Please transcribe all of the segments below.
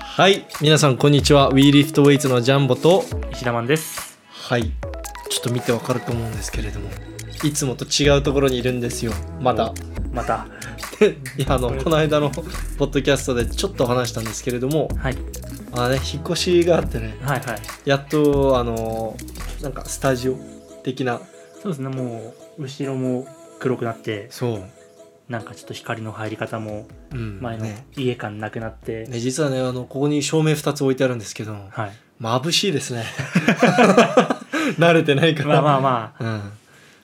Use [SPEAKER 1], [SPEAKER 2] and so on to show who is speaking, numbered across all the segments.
[SPEAKER 1] はい皆さんこんにちは WeLiftWeights のジャンボと
[SPEAKER 2] 石田マンです
[SPEAKER 1] はいちょっと見てわかると思うんですけれどもいつもと違うところにいるんですよま だ
[SPEAKER 2] また
[SPEAKER 1] いやあのこの間のポッドキャストでちょっと話したんですけれども
[SPEAKER 2] はい
[SPEAKER 1] あのね引っ越しがあってね
[SPEAKER 2] はいはい
[SPEAKER 1] やっとあのなんかスタジオ的な
[SPEAKER 2] そうですねもう後ろも黒くなって
[SPEAKER 1] そう、
[SPEAKER 2] なんかちょっと光の入り方も
[SPEAKER 1] うん、
[SPEAKER 2] 前の
[SPEAKER 1] ね
[SPEAKER 2] 家感なくなって、
[SPEAKER 1] ね実はねあのここに照明2つ置いてあるんですけど
[SPEAKER 2] はい
[SPEAKER 1] 眩しいですね 慣れてないから
[SPEAKER 2] まあまあまあ
[SPEAKER 1] うん、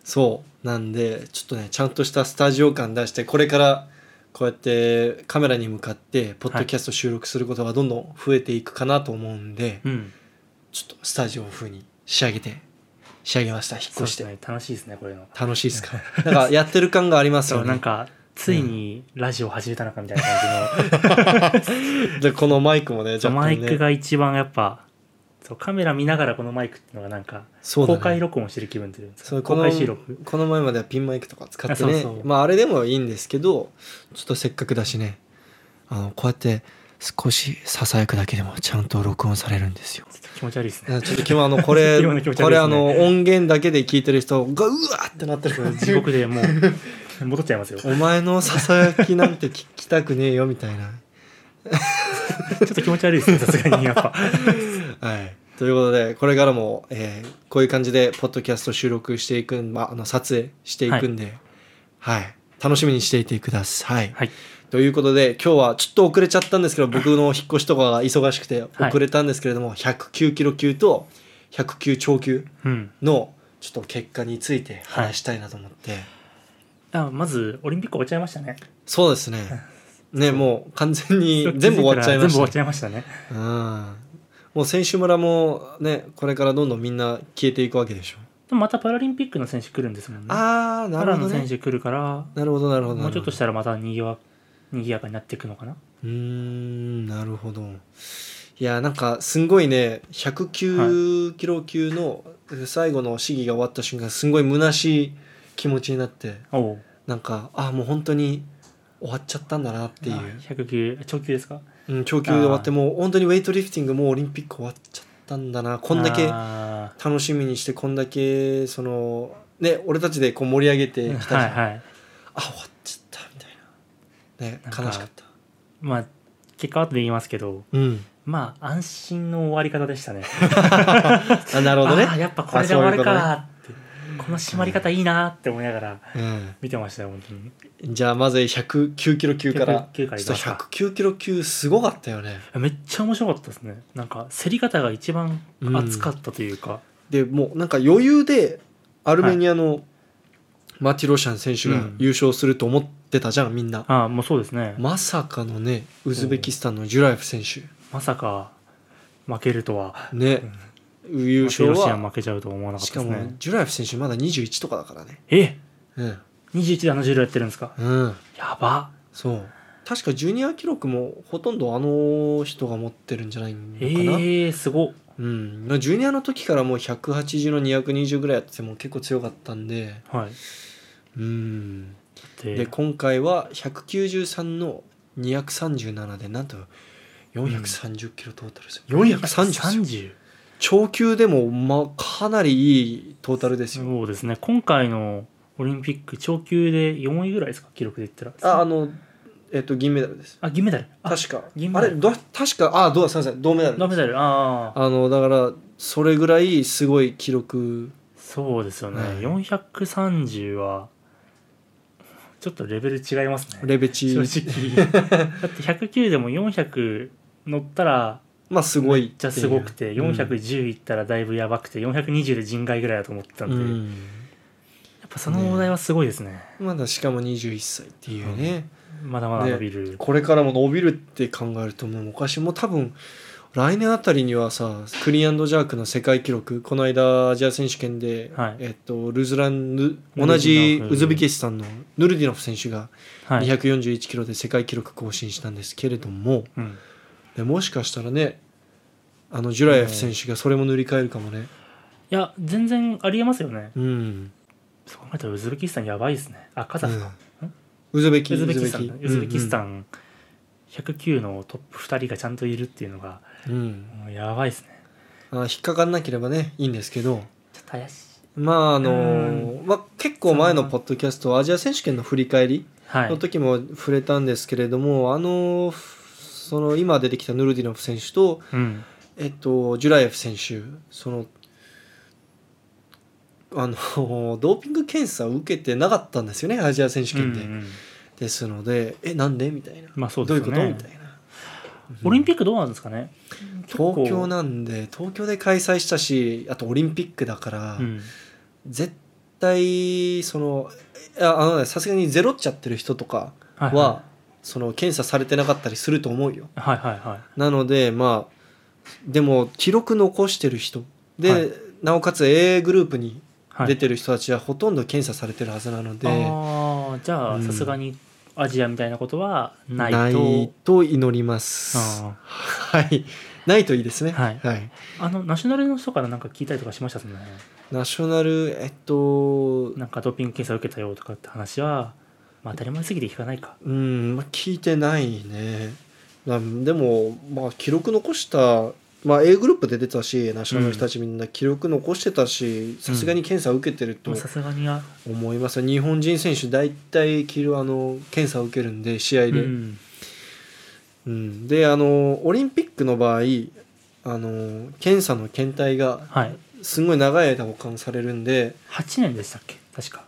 [SPEAKER 1] そうなんでちょっとねちゃんとしたスタジオ感出してこれからこうやってカメラに向かってポッドキャスト収録することがどんどん増えていくかなと思うんで、
[SPEAKER 2] うん
[SPEAKER 1] ちょっとスタジオ風に仕上げて仕上げました引っ
[SPEAKER 2] そう
[SPEAKER 1] 越
[SPEAKER 2] で
[SPEAKER 1] し
[SPEAKER 2] す
[SPEAKER 1] て、
[SPEAKER 2] ね楽しいですねこういうの
[SPEAKER 1] 楽しいですか なんかやってる感があります
[SPEAKER 2] そ
[SPEAKER 1] よ
[SPEAKER 2] うな
[SPEAKER 1] ね
[SPEAKER 2] んかついにラジオ始めたのかみたいな 感じの、
[SPEAKER 1] でこのマイクもね
[SPEAKER 2] そう
[SPEAKER 1] 若
[SPEAKER 2] マイ
[SPEAKER 1] 干ね
[SPEAKER 2] クが一番やっぱそうカメラ見ながらこのマイクっていうのがなんか
[SPEAKER 1] そうだね
[SPEAKER 2] 公開録音してる気分というか
[SPEAKER 1] そうこの
[SPEAKER 2] 公開収録
[SPEAKER 1] この前まではピンマイクとか使ってね
[SPEAKER 2] あそうそう
[SPEAKER 1] まああれでもいいんですけどちょっとせっかくだしねあのこうやって少しささやくだけでもちゃんと録音されるんですよ
[SPEAKER 2] ちょっと気持ち悪いです
[SPEAKER 1] ちょ
[SPEAKER 2] ね
[SPEAKER 1] っと今日あのこれ、
[SPEAKER 2] 今の気持ち悪いですね
[SPEAKER 1] これあの音源だけで聞いてる人がうわーってなってるから
[SPEAKER 2] 地獄で もう戻っちゃいますよちょ
[SPEAKER 1] お前のささやきなんて聞きたくねえよみたいな
[SPEAKER 2] っと気持ち悪いですねさすがにやっぱ
[SPEAKER 1] はい、ということでこれからも、えーこういう感じでポッドキャスト収録していくん、まあ、あの撮影していくんで、はい楽しみにしていてください。
[SPEAKER 2] はい
[SPEAKER 1] ということで今日はちょっと遅れちゃったんですけど僕の引っ越しとかが忙しくて
[SPEAKER 2] はい
[SPEAKER 1] 遅れたんですけれども、109キロ級と109超級
[SPEAKER 2] うん
[SPEAKER 1] のちょっと結果について話したいなと思って、
[SPEAKER 2] あまずオリンピック終わっちゃいましたね
[SPEAKER 1] そうですねねもう完全に全部終わっちゃいま
[SPEAKER 2] 全部
[SPEAKER 1] し
[SPEAKER 2] 終
[SPEAKER 1] た
[SPEAKER 2] わっちゃいましたね
[SPEAKER 1] うんもう選手村もねこれからどんどんみんな消えていくわけでしょ
[SPEAKER 2] でもまたパラリンピックの選手来るんですもんね
[SPEAKER 1] ああな
[SPEAKER 2] パ
[SPEAKER 1] る
[SPEAKER 2] ラ
[SPEAKER 1] ほど
[SPEAKER 2] の選
[SPEAKER 1] ね
[SPEAKER 2] 手来るから
[SPEAKER 1] なるほどなるほどなるほど
[SPEAKER 2] もうちょっとしたらまたにぎわにぎやかになっていくのかな
[SPEAKER 1] うーんなるほどいやなんかすんごいね109キロ級の最後の試技が終わった瞬間すんごい虚しい気持ちになって
[SPEAKER 2] おお
[SPEAKER 1] なんかあもう本当に終わっちゃったんだなっていう、
[SPEAKER 2] 109超級ですか
[SPEAKER 1] うん、長級で終わってもう本当にウェイトリフティングもうオリンピック終わっちゃったんだなこんだけ
[SPEAKER 2] あ
[SPEAKER 1] 楽しみにしてこんだけそのね俺たちでこう盛り上げて
[SPEAKER 2] ー
[SPEAKER 1] きたじゃん、
[SPEAKER 2] はいはい
[SPEAKER 1] あ終わっちゃったみたいなね
[SPEAKER 2] なんか
[SPEAKER 1] 悲しかった
[SPEAKER 2] まあ結果後で言いますけど
[SPEAKER 1] うん
[SPEAKER 2] まあ安心の終わり方でしたね
[SPEAKER 1] あなるほどね
[SPEAKER 2] あーやっぱこれで終わるかーってこの締まり方いいなーって思いながら
[SPEAKER 1] うん
[SPEAKER 2] 見てましたよ本当に
[SPEAKER 1] じゃあまず109キロ級から
[SPEAKER 2] 109からい
[SPEAKER 1] ち
[SPEAKER 2] き
[SPEAKER 1] ょっ
[SPEAKER 2] ますか
[SPEAKER 1] と109キロ級すごかったよね
[SPEAKER 2] めっちゃ面白かったですねなんか競り方が一番
[SPEAKER 1] うん
[SPEAKER 2] 熱かったというか、
[SPEAKER 1] でもうなんか余裕でアルメニアのマティロシャン選手が
[SPEAKER 2] うん
[SPEAKER 1] 優勝すると思ってたじゃんみんな、
[SPEAKER 2] ああもうそうですねま
[SPEAKER 1] まさかのねウズベキスタンのジュラエフ選手
[SPEAKER 2] さか負けるとは
[SPEAKER 1] ね、優
[SPEAKER 2] ロシ
[SPEAKER 1] 勝
[SPEAKER 2] ア
[SPEAKER 1] は
[SPEAKER 2] 負けちゃうとは思わなかっ
[SPEAKER 1] したか
[SPEAKER 2] です
[SPEAKER 1] も
[SPEAKER 2] ね
[SPEAKER 1] ジュラエフ選手まだ21とかだからね
[SPEAKER 2] え
[SPEAKER 1] うん、
[SPEAKER 2] 21であの重量やってるんですか
[SPEAKER 1] うん、
[SPEAKER 2] やば
[SPEAKER 1] そう確かジュニア記録もほとんどあの人が持ってるんじゃないのか
[SPEAKER 2] え
[SPEAKER 1] な、
[SPEAKER 2] ー、すごっ
[SPEAKER 1] うん、まあジュニアの時からもう180の220ぐらいやってても結構強かったんで、
[SPEAKER 2] はい
[SPEAKER 1] うん、で
[SPEAKER 2] で
[SPEAKER 1] 今回は193の237でなんと430キロトータルですよ、430ですよ
[SPEAKER 2] 430
[SPEAKER 1] 長級でも、まあ、かなりいいトータルですよ、
[SPEAKER 2] そうですね今回のオリンピック長級で4位ぐらいですか記録で言ったら
[SPEAKER 1] ああのえっと銀メダルです
[SPEAKER 2] あ銀メダルあ
[SPEAKER 1] 確か
[SPEAKER 2] 銀メ
[SPEAKER 1] あ
[SPEAKER 2] ダ
[SPEAKER 1] れ
[SPEAKER 2] ル
[SPEAKER 1] ど確かあどうすみません銅メダル
[SPEAKER 2] 銅メダルああ
[SPEAKER 1] あのだからそれぐらいすごい記録
[SPEAKER 2] そうですよね、
[SPEAKER 1] はい
[SPEAKER 2] 430はちょっとレベル違いますね
[SPEAKER 1] レベチ
[SPEAKER 2] 正 直だって109でも400乗ったら
[SPEAKER 1] まあすごいっていう
[SPEAKER 2] めっちゃすごくて
[SPEAKER 1] うん
[SPEAKER 2] 410いったらだいぶやばくて420で人外ぐらいだと思ってたんで、
[SPEAKER 1] う
[SPEAKER 2] や
[SPEAKER 1] ん
[SPEAKER 2] っぱそのお題はすごいですね
[SPEAKER 1] まだしかも21歳っていうね、
[SPEAKER 2] まだまだ伸びる、
[SPEAKER 1] これからも伸びるって考えるともうおかしいもう多分来年あたりにはさクリーンジャークの世界記録この間アジア選手権で、
[SPEAKER 2] はい
[SPEAKER 1] えっと、ルズランヌ
[SPEAKER 2] ヌルディノフ
[SPEAKER 1] 同じウズベキスタンのヌルディノフ選手が
[SPEAKER 2] はい、
[SPEAKER 1] 241キロで世界記録更新したんですけれども、
[SPEAKER 2] うん、
[SPEAKER 1] でもしかしたらねあのジュラエフ選手がそれも塗り替えるかもね。
[SPEAKER 2] いや全然ありえますよね
[SPEAKER 1] うん、
[SPEAKER 2] そう考えたらウズベキスタンやばいですねあカザフか、
[SPEAKER 1] ウズベキ
[SPEAKER 2] ウズベキスタンウズベキスタ
[SPEAKER 1] ン、
[SPEAKER 2] ン109のトップ2人がちゃんといるっていうのが
[SPEAKER 1] うん、
[SPEAKER 2] もうやばいですね
[SPEAKER 1] あ引っかからなければねいいんですけど
[SPEAKER 2] ちょっと怪しい
[SPEAKER 1] まああの
[SPEAKER 2] う
[SPEAKER 1] まあ、結構前のポッドキャストアジア選手権の振り返り
[SPEAKER 2] はい
[SPEAKER 1] の時も触れたんですけれども、あのその今出てきたヌルディノフ選手と、
[SPEAKER 2] うん
[SPEAKER 1] えっと、ジュラエフ選手そのあの ドーピング検査を受けてなかったんですよねアジア選手権で、
[SPEAKER 2] うんうん
[SPEAKER 1] ですのでえなんでみたいな、
[SPEAKER 2] まあそう
[SPEAKER 1] ど
[SPEAKER 2] で
[SPEAKER 1] う
[SPEAKER 2] す
[SPEAKER 1] いう
[SPEAKER 2] よ
[SPEAKER 1] こ
[SPEAKER 2] ね
[SPEAKER 1] とみたいな
[SPEAKER 2] オリンピックどうなんですかね
[SPEAKER 1] 東京
[SPEAKER 2] の
[SPEAKER 1] なんで東京で開催したしあとオリンピックだから、
[SPEAKER 2] うん
[SPEAKER 1] 絶対そのいやあのねさすがにゼロっちゃってる人とか
[SPEAKER 2] は
[SPEAKER 1] は、
[SPEAKER 2] いは
[SPEAKER 1] その検査されてなかったりすると思うよ
[SPEAKER 2] いはいはいはい
[SPEAKER 1] なのでまあでも記録残してる人で、
[SPEAKER 2] はい
[SPEAKER 1] なおかつ A グループに
[SPEAKER 2] はい
[SPEAKER 1] 出てる人たちはほとんど検査されてるはずなので、
[SPEAKER 2] ああじゃ
[SPEAKER 1] う
[SPEAKER 2] あ
[SPEAKER 1] ん
[SPEAKER 2] さすがにアジアみたいなことはないと
[SPEAKER 1] ないと祈ります
[SPEAKER 2] あ
[SPEAKER 1] はいないといいですね
[SPEAKER 2] はい
[SPEAKER 1] はい、
[SPEAKER 2] あのナショナルの人からなんか聞いたりとかしましたそのね
[SPEAKER 1] ナショナルえっと
[SPEAKER 2] なんかドーピング検査受けたよとかって話は、まあ、当たり前すぎて聞かないか
[SPEAKER 1] うん、まあ、聞いてないね。なでも、まあ、記録残した、まあ、A グループで出てたし、ナショナルの人たちみんな記録残してたし、さすがに検査を受けてる
[SPEAKER 2] で
[SPEAKER 1] と
[SPEAKER 2] もさすがには
[SPEAKER 1] 思います、日本人選手、大体記録あの検査を受けるんで、試合で。
[SPEAKER 2] う
[SPEAKER 1] うん
[SPEAKER 2] ん
[SPEAKER 1] であの、オリンピックの場合あの、検査の検体が
[SPEAKER 2] はい
[SPEAKER 1] すごい長い間保管されるんで、
[SPEAKER 2] 8年でしたっけ確か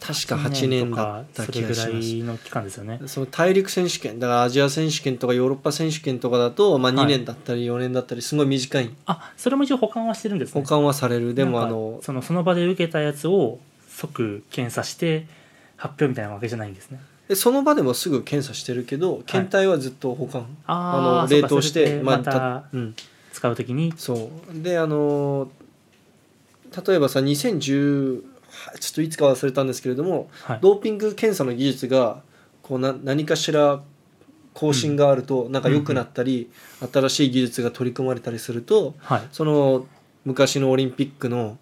[SPEAKER 1] 確か8年
[SPEAKER 2] と
[SPEAKER 1] だ
[SPEAKER 2] か
[SPEAKER 1] った
[SPEAKER 2] それ
[SPEAKER 1] 気が
[SPEAKER 2] ぐ
[SPEAKER 1] し
[SPEAKER 2] ら
[SPEAKER 1] ます。
[SPEAKER 2] いの期間ですよね
[SPEAKER 1] その大陸選手権だからアジア選手権とかヨーロッパ選手権とかだと、まあ、
[SPEAKER 2] はい
[SPEAKER 1] 2年だったり4年だったりすごい短い
[SPEAKER 2] あそれも一応保管はしてるんです
[SPEAKER 1] 保
[SPEAKER 2] ね
[SPEAKER 1] 管はされるでも
[SPEAKER 2] な
[SPEAKER 1] あ
[SPEAKER 2] んか
[SPEAKER 1] の
[SPEAKER 2] そのその場で受けたやつを即検査して発表みたいなわけじゃないんですね
[SPEAKER 1] でその場でもすぐ検査してるけど検体はずっと保管、
[SPEAKER 2] あー
[SPEAKER 1] あの
[SPEAKER 2] そっ
[SPEAKER 1] 冷
[SPEAKER 2] か
[SPEAKER 1] 凍して
[SPEAKER 2] それで
[SPEAKER 1] まあ
[SPEAKER 2] また
[SPEAKER 1] うん、
[SPEAKER 2] 使うときに
[SPEAKER 1] そうであの例えばさ2010ちょっといつか忘れたんですけれども
[SPEAKER 2] はい
[SPEAKER 1] ドーピング検査の技術がこうな何かしら更新があると、なんか良くなったり、新しい技術が取り組まれたりすると、
[SPEAKER 2] はい
[SPEAKER 1] その昔のオリンピックの、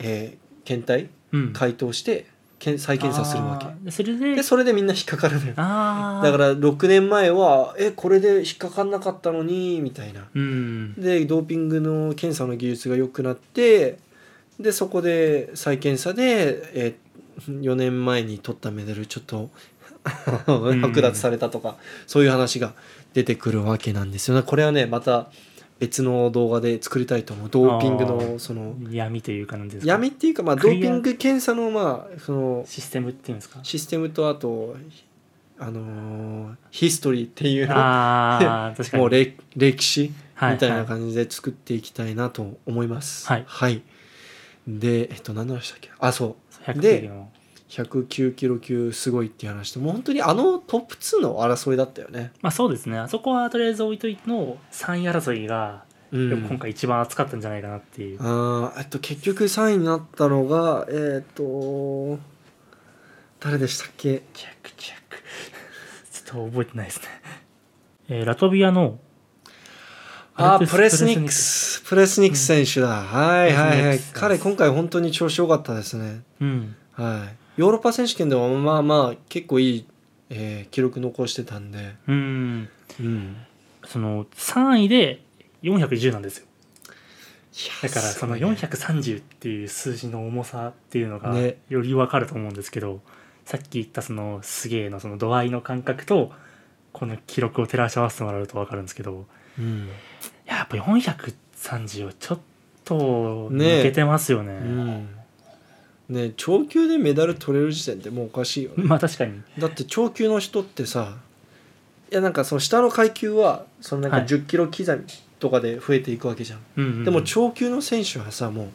[SPEAKER 1] えー検体
[SPEAKER 2] うん
[SPEAKER 1] 解凍してけん再検査するわ
[SPEAKER 2] あ
[SPEAKER 1] け
[SPEAKER 2] ーでそれで
[SPEAKER 1] でそれでみんな引っかかるのよだ
[SPEAKER 2] ああ
[SPEAKER 1] から6年前はえこれで引っかかんなかったのにみたいな
[SPEAKER 2] うん
[SPEAKER 1] でドーピングの検査の技術が良くなってでそこで再検査で、え4年前に取ったメダルちょっと剥奪されたとか、そういう話が出てくるわけなんですよねこれはねまた別の動画で作りたいと思うドーピング
[SPEAKER 2] あ
[SPEAKER 1] の
[SPEAKER 2] ー
[SPEAKER 1] その
[SPEAKER 2] 闇というかなんていうんですか
[SPEAKER 1] 闇っていうか、まあ、ド
[SPEAKER 2] クリ
[SPEAKER 1] ー
[SPEAKER 2] ア
[SPEAKER 1] ピング検査の,、まあ、その
[SPEAKER 2] システムっていうんですか
[SPEAKER 1] システムとあと、あのーヒストリーっていうの
[SPEAKER 2] ああ確かに
[SPEAKER 1] もう歴歴史
[SPEAKER 2] はい
[SPEAKER 1] みたいな
[SPEAKER 2] はい
[SPEAKER 1] 感じで作っていきたいなと思います。
[SPEAKER 2] はい
[SPEAKER 1] で、えっと、何の話だっけあ、そう。
[SPEAKER 2] 100
[SPEAKER 1] で
[SPEAKER 2] キロの
[SPEAKER 1] 109キロ級すごいっていう話と、もう本当にあのトップ2の争いだったよね。
[SPEAKER 2] まあそうですねあそこはとりあえず置いといての3位争いが、
[SPEAKER 1] う
[SPEAKER 2] で
[SPEAKER 1] ん
[SPEAKER 2] も今回一番熱かったんじゃないかなっていう、
[SPEAKER 1] あーえっと、結局3位になったのが、えっと、誰でしたっけ
[SPEAKER 2] チェックチェックちょっと覚えてないですね、えーラトビアの
[SPEAKER 1] あ
[SPEAKER 2] アル
[SPEAKER 1] ー
[SPEAKER 2] トゥ
[SPEAKER 1] プレスニックス、プレスニックス選手だ。はいはい
[SPEAKER 2] プレ
[SPEAKER 1] は
[SPEAKER 2] ス
[SPEAKER 1] い
[SPEAKER 2] ニック。ス
[SPEAKER 1] 彼、今回本当に調子良かったですね。
[SPEAKER 2] うん
[SPEAKER 1] はい、ヨーロッパ選手権でもまあまあ結構いい、えー記録残してたんで、
[SPEAKER 2] うん
[SPEAKER 1] うん、
[SPEAKER 2] その3位で410なんですよだからその
[SPEAKER 1] 400
[SPEAKER 2] 430っていう数字の重さっていうのが
[SPEAKER 1] ね
[SPEAKER 2] よりわかると思うんですけど、さっき言ったそのすげえのその度合いの感覚とこの記録を照らし合わせてもらうとわかるんですけど
[SPEAKER 1] うん
[SPEAKER 2] いややっぱ430はちょっと
[SPEAKER 1] ね
[SPEAKER 2] 抜けてますよね
[SPEAKER 1] うんね長級でメダル取れる時点でもうおかしいよね
[SPEAKER 2] まあ確かに
[SPEAKER 1] だって長級の人ってさいやなんかその下の階級はそのなんか
[SPEAKER 2] はい
[SPEAKER 1] 10キロ刻みとかで増えていくわけじゃん、
[SPEAKER 2] うんうん
[SPEAKER 1] でも長級の選手はさもう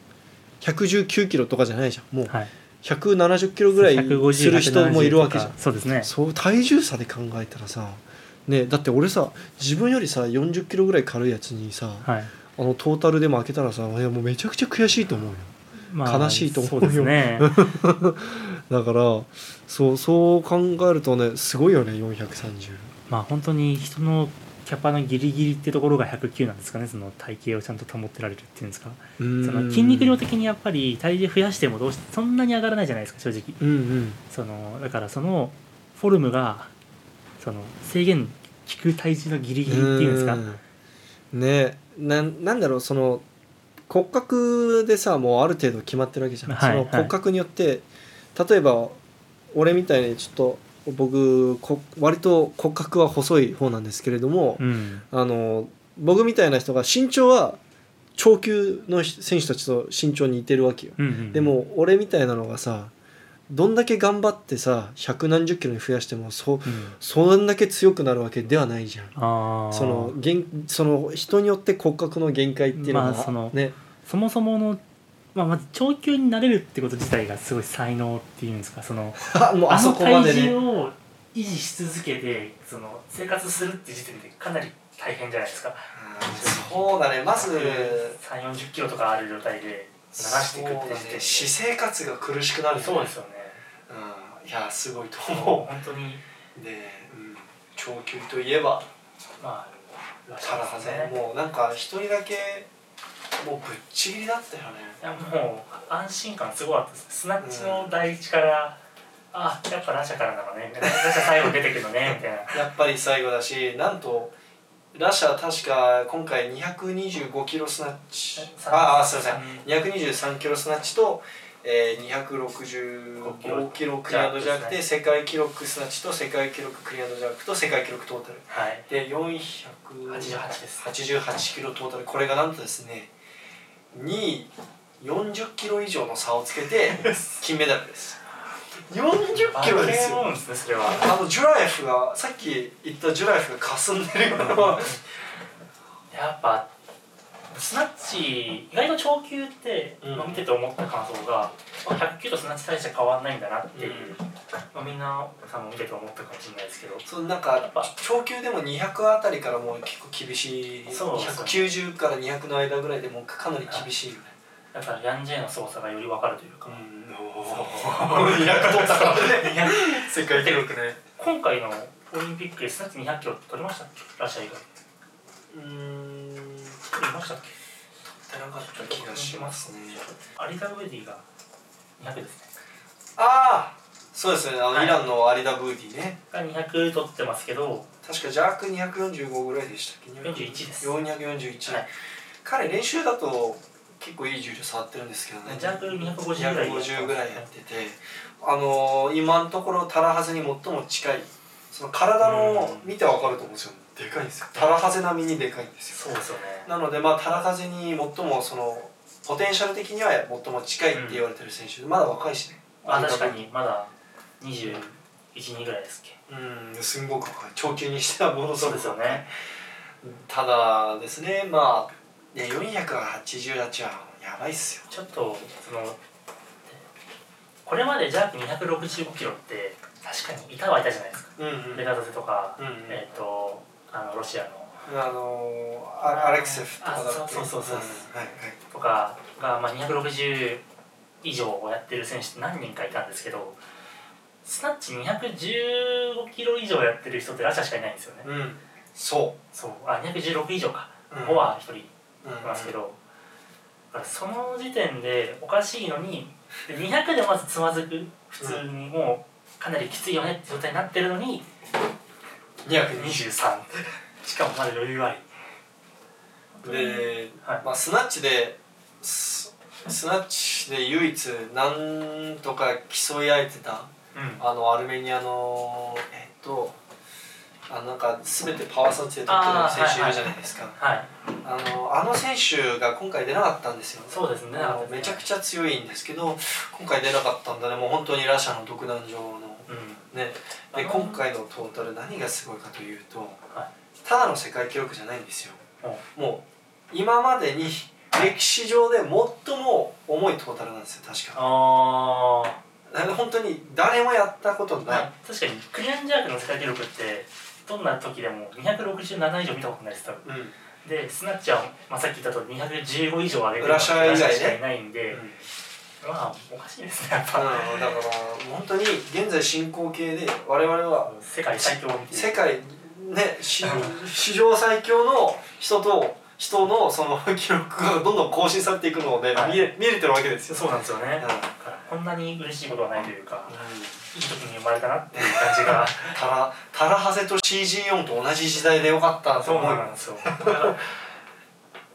[SPEAKER 1] 119キロとかじゃないじゃんもう
[SPEAKER 2] はい
[SPEAKER 1] 170キロぐらい
[SPEAKER 2] 150
[SPEAKER 1] する人もいるわけじゃん
[SPEAKER 2] 170とかそうですね
[SPEAKER 1] そう体重差で考えたらさねだって俺さ自分よりさ4 0キロぐらい軽いやつにさ、
[SPEAKER 2] はい
[SPEAKER 1] あのトータルで負けたらさいやもうめちゃくちゃ悔しいと思うよ
[SPEAKER 2] まあ
[SPEAKER 1] 悲しいと思うよ
[SPEAKER 2] そうで すね
[SPEAKER 1] だからそうそう考えるとねすごいよね430
[SPEAKER 2] まあ本当に人のキャパのギリギリってところが109なんですかねその体型をちゃんと保ってられるっていうんですか
[SPEAKER 1] そ
[SPEAKER 2] その筋肉量的にやっぱり体重増やしてもどうしそんなに上がらないじゃないですか正直
[SPEAKER 1] うんうん
[SPEAKER 2] そのだからそのフォルムがその制限聞く体重のギリギリっていうんですか
[SPEAKER 1] うんねなんなんだろうその骨格でさもうある程度決まってるわけじゃん、
[SPEAKER 2] はい
[SPEAKER 1] その
[SPEAKER 2] はい
[SPEAKER 1] 骨格によって例えば俺みたいにちょっと僕こ割と骨格は細い方なんですけれども、
[SPEAKER 2] うん
[SPEAKER 1] あの僕みたいな人が身長は長級の選手たちと身長に似てるわけよ、
[SPEAKER 2] うんうん
[SPEAKER 1] でも俺みたいなのがさどんだけ頑張ってさ百何十キロに増やしてもそ
[SPEAKER 2] うん
[SPEAKER 1] そんだけ強くなるわけではないじゃん
[SPEAKER 2] あー
[SPEAKER 1] その限その人によって骨格の限界っていうのが、
[SPEAKER 2] まあその
[SPEAKER 1] ね
[SPEAKER 2] そもそもの、まあ、まず長球になれるってこと自体がすごい才能っていうんですかその
[SPEAKER 1] あもうあ
[SPEAKER 2] あ
[SPEAKER 1] そ
[SPEAKER 2] の
[SPEAKER 1] こま
[SPEAKER 2] 体
[SPEAKER 1] で
[SPEAKER 2] 重
[SPEAKER 1] ね
[SPEAKER 2] を維持し続けてその生活するって時点でかなり大変じゃないですか
[SPEAKER 1] そうだねまず
[SPEAKER 2] 3 4 0キロとかある状態で流していくって時点で
[SPEAKER 1] 私生活が苦しくなる
[SPEAKER 2] そうですよね
[SPEAKER 1] うんいやすごいと
[SPEAKER 2] もう本当に
[SPEAKER 1] うで、うん、長距離といえば
[SPEAKER 2] まあらしい
[SPEAKER 1] ただ
[SPEAKER 2] です
[SPEAKER 1] ね
[SPEAKER 2] ね
[SPEAKER 1] もうなんか一人だけもうぶっちぎりだったよね
[SPEAKER 2] いやもう安心感すごかったですスナッチの第一から、あやっぱラシャからなのねみたいなラシャ最後出てくるのねみたいな
[SPEAKER 1] やっぱり最後だしなんとラシャ確か今回225キロスナッチ
[SPEAKER 2] えさん
[SPEAKER 1] ああすいません223キロスナッチと、えー、265キロクリアンドジャークで世界記録スナッチと世界記録クリアンドジャークと世界記録トータル
[SPEAKER 2] はい
[SPEAKER 1] で
[SPEAKER 2] 88です
[SPEAKER 1] 488キロトータルこれがなんとですね2位40キロ以上の差をつけ て金メダルです40キロですよ
[SPEAKER 2] バケモンですねそれは
[SPEAKER 1] あのジュラエフがさっき言ったジュラエフがかすんでるような
[SPEAKER 2] やっぱスナッチ意外と長球って、
[SPEAKER 1] うん
[SPEAKER 2] まあ見てて思った感想が、まあ、100球とスナッチ大して変わんないんだなっていう、まあ、みんなさんも見てて思ったかもしれないですけど
[SPEAKER 1] そのなん
[SPEAKER 2] や
[SPEAKER 1] か
[SPEAKER 2] っぱ
[SPEAKER 1] 長級でも200あたりからもう結構厳しい
[SPEAKER 2] そうですね
[SPEAKER 1] 190から200の間ぐらいでもうかなり厳しいよね
[SPEAKER 2] やっぱヤンジェイの操作がより分かるという
[SPEAKER 1] う
[SPEAKER 2] か、
[SPEAKER 1] んおー200取った からね世界記録ね
[SPEAKER 2] 今回のオリンピックでスナッチ200キロ取りましたっけラシャ以外
[SPEAKER 1] うーん取
[SPEAKER 2] 取りましたっけ
[SPEAKER 1] ってなかった気がしますね
[SPEAKER 2] アリダ・ウェディが200ですね
[SPEAKER 1] ああそうですねあ
[SPEAKER 2] は
[SPEAKER 1] の
[SPEAKER 2] い
[SPEAKER 1] イランのアリダ・ブーディね
[SPEAKER 2] が200取ってますけど
[SPEAKER 1] 確かジャーク245ぐらいでしたっけ
[SPEAKER 2] 41です
[SPEAKER 1] 441、
[SPEAKER 2] はい
[SPEAKER 1] 彼練習だと結構いい重量触ってるんですけどね
[SPEAKER 2] ジャーク250ぐらい
[SPEAKER 1] 250ぐらいやってて、あのー今のところタラハゼに最も近いその体の
[SPEAKER 2] うん
[SPEAKER 1] 見てわかると思うんですよでかいんですよタラハゼ並みにでかいんですよ
[SPEAKER 2] そうですよね
[SPEAKER 1] なのでまあタラハゼに最もそのポテンシャル的には最も近いって言われてる選手で、まだ若いしね
[SPEAKER 2] あ確かにまだ212ぐらいですっけ
[SPEAKER 1] うんすんごく若い長球にしてはものす
[SPEAKER 2] そ
[SPEAKER 1] ご
[SPEAKER 2] う
[SPEAKER 1] く
[SPEAKER 2] ですよ
[SPEAKER 1] 若い
[SPEAKER 2] ね
[SPEAKER 1] ただですねまあね488はやばいっすよ
[SPEAKER 2] ちょっとそのこれまでジャーク265キロって確かにいたはいたじゃないですか
[SPEAKER 1] うんうん
[SPEAKER 2] ベガザゼとか、
[SPEAKER 1] うんうん
[SPEAKER 2] えっ、とあのロシアの
[SPEAKER 1] あのーあアレクセフとかだっけ
[SPEAKER 2] あそうそうそうそうん
[SPEAKER 1] はいはい
[SPEAKER 2] とかが、まあ、260以上をやってる選手って何人かいたんですけどスナッチ215キロ以上やってる人ってラシャしかいないんですよね、
[SPEAKER 1] うんそ
[SPEAKER 2] そうあ216以上か、
[SPEAKER 1] うん、
[SPEAKER 2] 5は1人いう
[SPEAKER 1] うん
[SPEAKER 2] ますけど、だからその時点でおかしいのにで200でまずつまずく普通にもうかなりきついよねって状態になってるのに
[SPEAKER 1] 220
[SPEAKER 2] 23しかもまだ余裕あり
[SPEAKER 1] で、
[SPEAKER 2] はい
[SPEAKER 1] まあ、スナッチでススナッチで唯一なんとか競い合えてた
[SPEAKER 2] うん
[SPEAKER 1] あのアルメニアのえっとあなんか全てパワー撮影取ってる
[SPEAKER 2] あー
[SPEAKER 1] 選手い
[SPEAKER 2] はいはい
[SPEAKER 1] るじゃないですか
[SPEAKER 2] はい
[SPEAKER 1] あ,、のあの選手が今回出なかったんですよね
[SPEAKER 2] そうですね
[SPEAKER 1] あのめちゃく
[SPEAKER 2] ゃ
[SPEAKER 1] ちゃ強いんですけど今回出なかったんだねもう本当にラシャの独壇場の
[SPEAKER 2] うん
[SPEAKER 1] ね
[SPEAKER 2] あ
[SPEAKER 1] で
[SPEAKER 2] の
[SPEAKER 1] 今回のトータル何がすごいかというと、
[SPEAKER 2] は
[SPEAKER 1] ただの世界記録じゃないんですよもう今までに歴史上で最も重いトータルなんですよ確か
[SPEAKER 2] ああ
[SPEAKER 1] なんか本当に誰もやったことない、
[SPEAKER 2] まあ確かにクリアンジャークの世界記録ってどんな時でも267以上見たことないです多分
[SPEAKER 1] うん
[SPEAKER 2] でスナッチは、まあ、さっき言ったと215以上上げて
[SPEAKER 1] 裏シャー以外ね
[SPEAKER 2] しかいないん
[SPEAKER 1] うん
[SPEAKER 2] で、まあおかしいですねやっ
[SPEAKER 1] あのだ
[SPEAKER 2] ぱ、
[SPEAKER 1] から本当に現在進行形で我々は
[SPEAKER 2] 世界最強みた
[SPEAKER 1] 世
[SPEAKER 2] いな
[SPEAKER 1] 界ね し史上最強の人と人 のその記録がどんどん更新されていくのをね、
[SPEAKER 2] はい
[SPEAKER 1] 見れ見れてるわけですよ。
[SPEAKER 2] そうなんですよね、
[SPEAKER 1] うん
[SPEAKER 2] だからこんなに嬉しいことはないというかいい時に生まれたなっていう感 じが
[SPEAKER 3] タラタラハセと CG4 と同じ時代でよかったと
[SPEAKER 2] そう
[SPEAKER 3] 思う
[SPEAKER 2] なんですよだから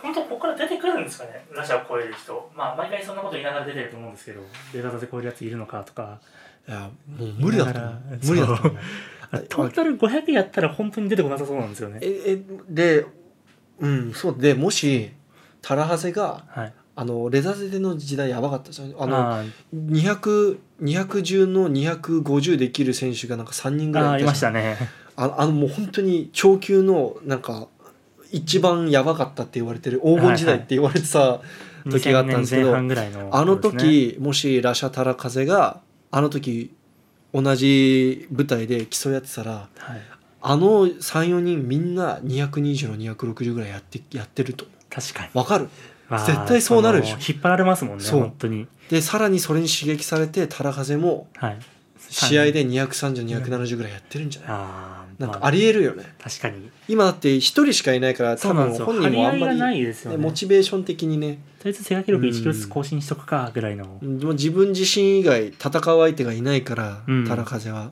[SPEAKER 2] 本当ここから出てくるんですかねラシャを超える人まあ毎回そんなこと言いながら出てると思うんですけどデータで超えるやついるのかとか
[SPEAKER 1] いやもう無理だった
[SPEAKER 2] だから
[SPEAKER 1] 無理だった
[SPEAKER 2] そうトータル500やったら本当に出てこなさそうなんですよね
[SPEAKER 1] ええでうんそうでもしタラハゼが
[SPEAKER 2] はい
[SPEAKER 1] あのレザゼでの時代やばかったですよねあの
[SPEAKER 2] あ
[SPEAKER 1] 200 210の250できる選手がなんか3人
[SPEAKER 2] ー
[SPEAKER 1] ぐら
[SPEAKER 2] あ
[SPEAKER 1] い
[SPEAKER 2] ーい
[SPEAKER 1] い
[SPEAKER 2] ま
[SPEAKER 1] ま
[SPEAKER 2] し
[SPEAKER 1] した
[SPEAKER 2] たね
[SPEAKER 1] ああのもう本当に超級のなんか一番やばかったって言われてる黄金時代って言われてさ、時があったんですけど
[SPEAKER 2] 2000年前半ぐらいの
[SPEAKER 1] あの
[SPEAKER 2] そうですね
[SPEAKER 1] 時、もしラシャタラカゼがあの時同じ舞台で競い合ってたら
[SPEAKER 2] はい、
[SPEAKER 1] あの34人みんな220の260ぐらいやってやってると
[SPEAKER 2] 確かに
[SPEAKER 1] わかる
[SPEAKER 2] まあ
[SPEAKER 1] 絶対そうなるでしょ
[SPEAKER 2] その引っ張られますもんね
[SPEAKER 1] そう
[SPEAKER 2] 本当に
[SPEAKER 1] でさらにそれに刺激されてタラカゼも
[SPEAKER 2] はい
[SPEAKER 1] 試合で230270ぐらいやってるんじゃない
[SPEAKER 2] あー
[SPEAKER 1] なんか
[SPEAKER 2] まあ
[SPEAKER 1] ありえるよね
[SPEAKER 2] 確かに
[SPEAKER 1] 今だって一人しかいないから
[SPEAKER 2] そ
[SPEAKER 1] 多
[SPEAKER 2] うなん
[SPEAKER 1] 分
[SPEAKER 2] ですよ
[SPEAKER 1] 本人もあん
[SPEAKER 2] 張り合い
[SPEAKER 1] ま
[SPEAKER 2] がな
[SPEAKER 1] り
[SPEAKER 2] いですよ
[SPEAKER 1] ね
[SPEAKER 2] ね
[SPEAKER 1] モチベーション的にね
[SPEAKER 2] とりあえず世界記録1キロずつ更新しとくかぐらいの、
[SPEAKER 1] でも自分自身以外戦う相手がいないから、
[SPEAKER 2] うん
[SPEAKER 1] タラカゼは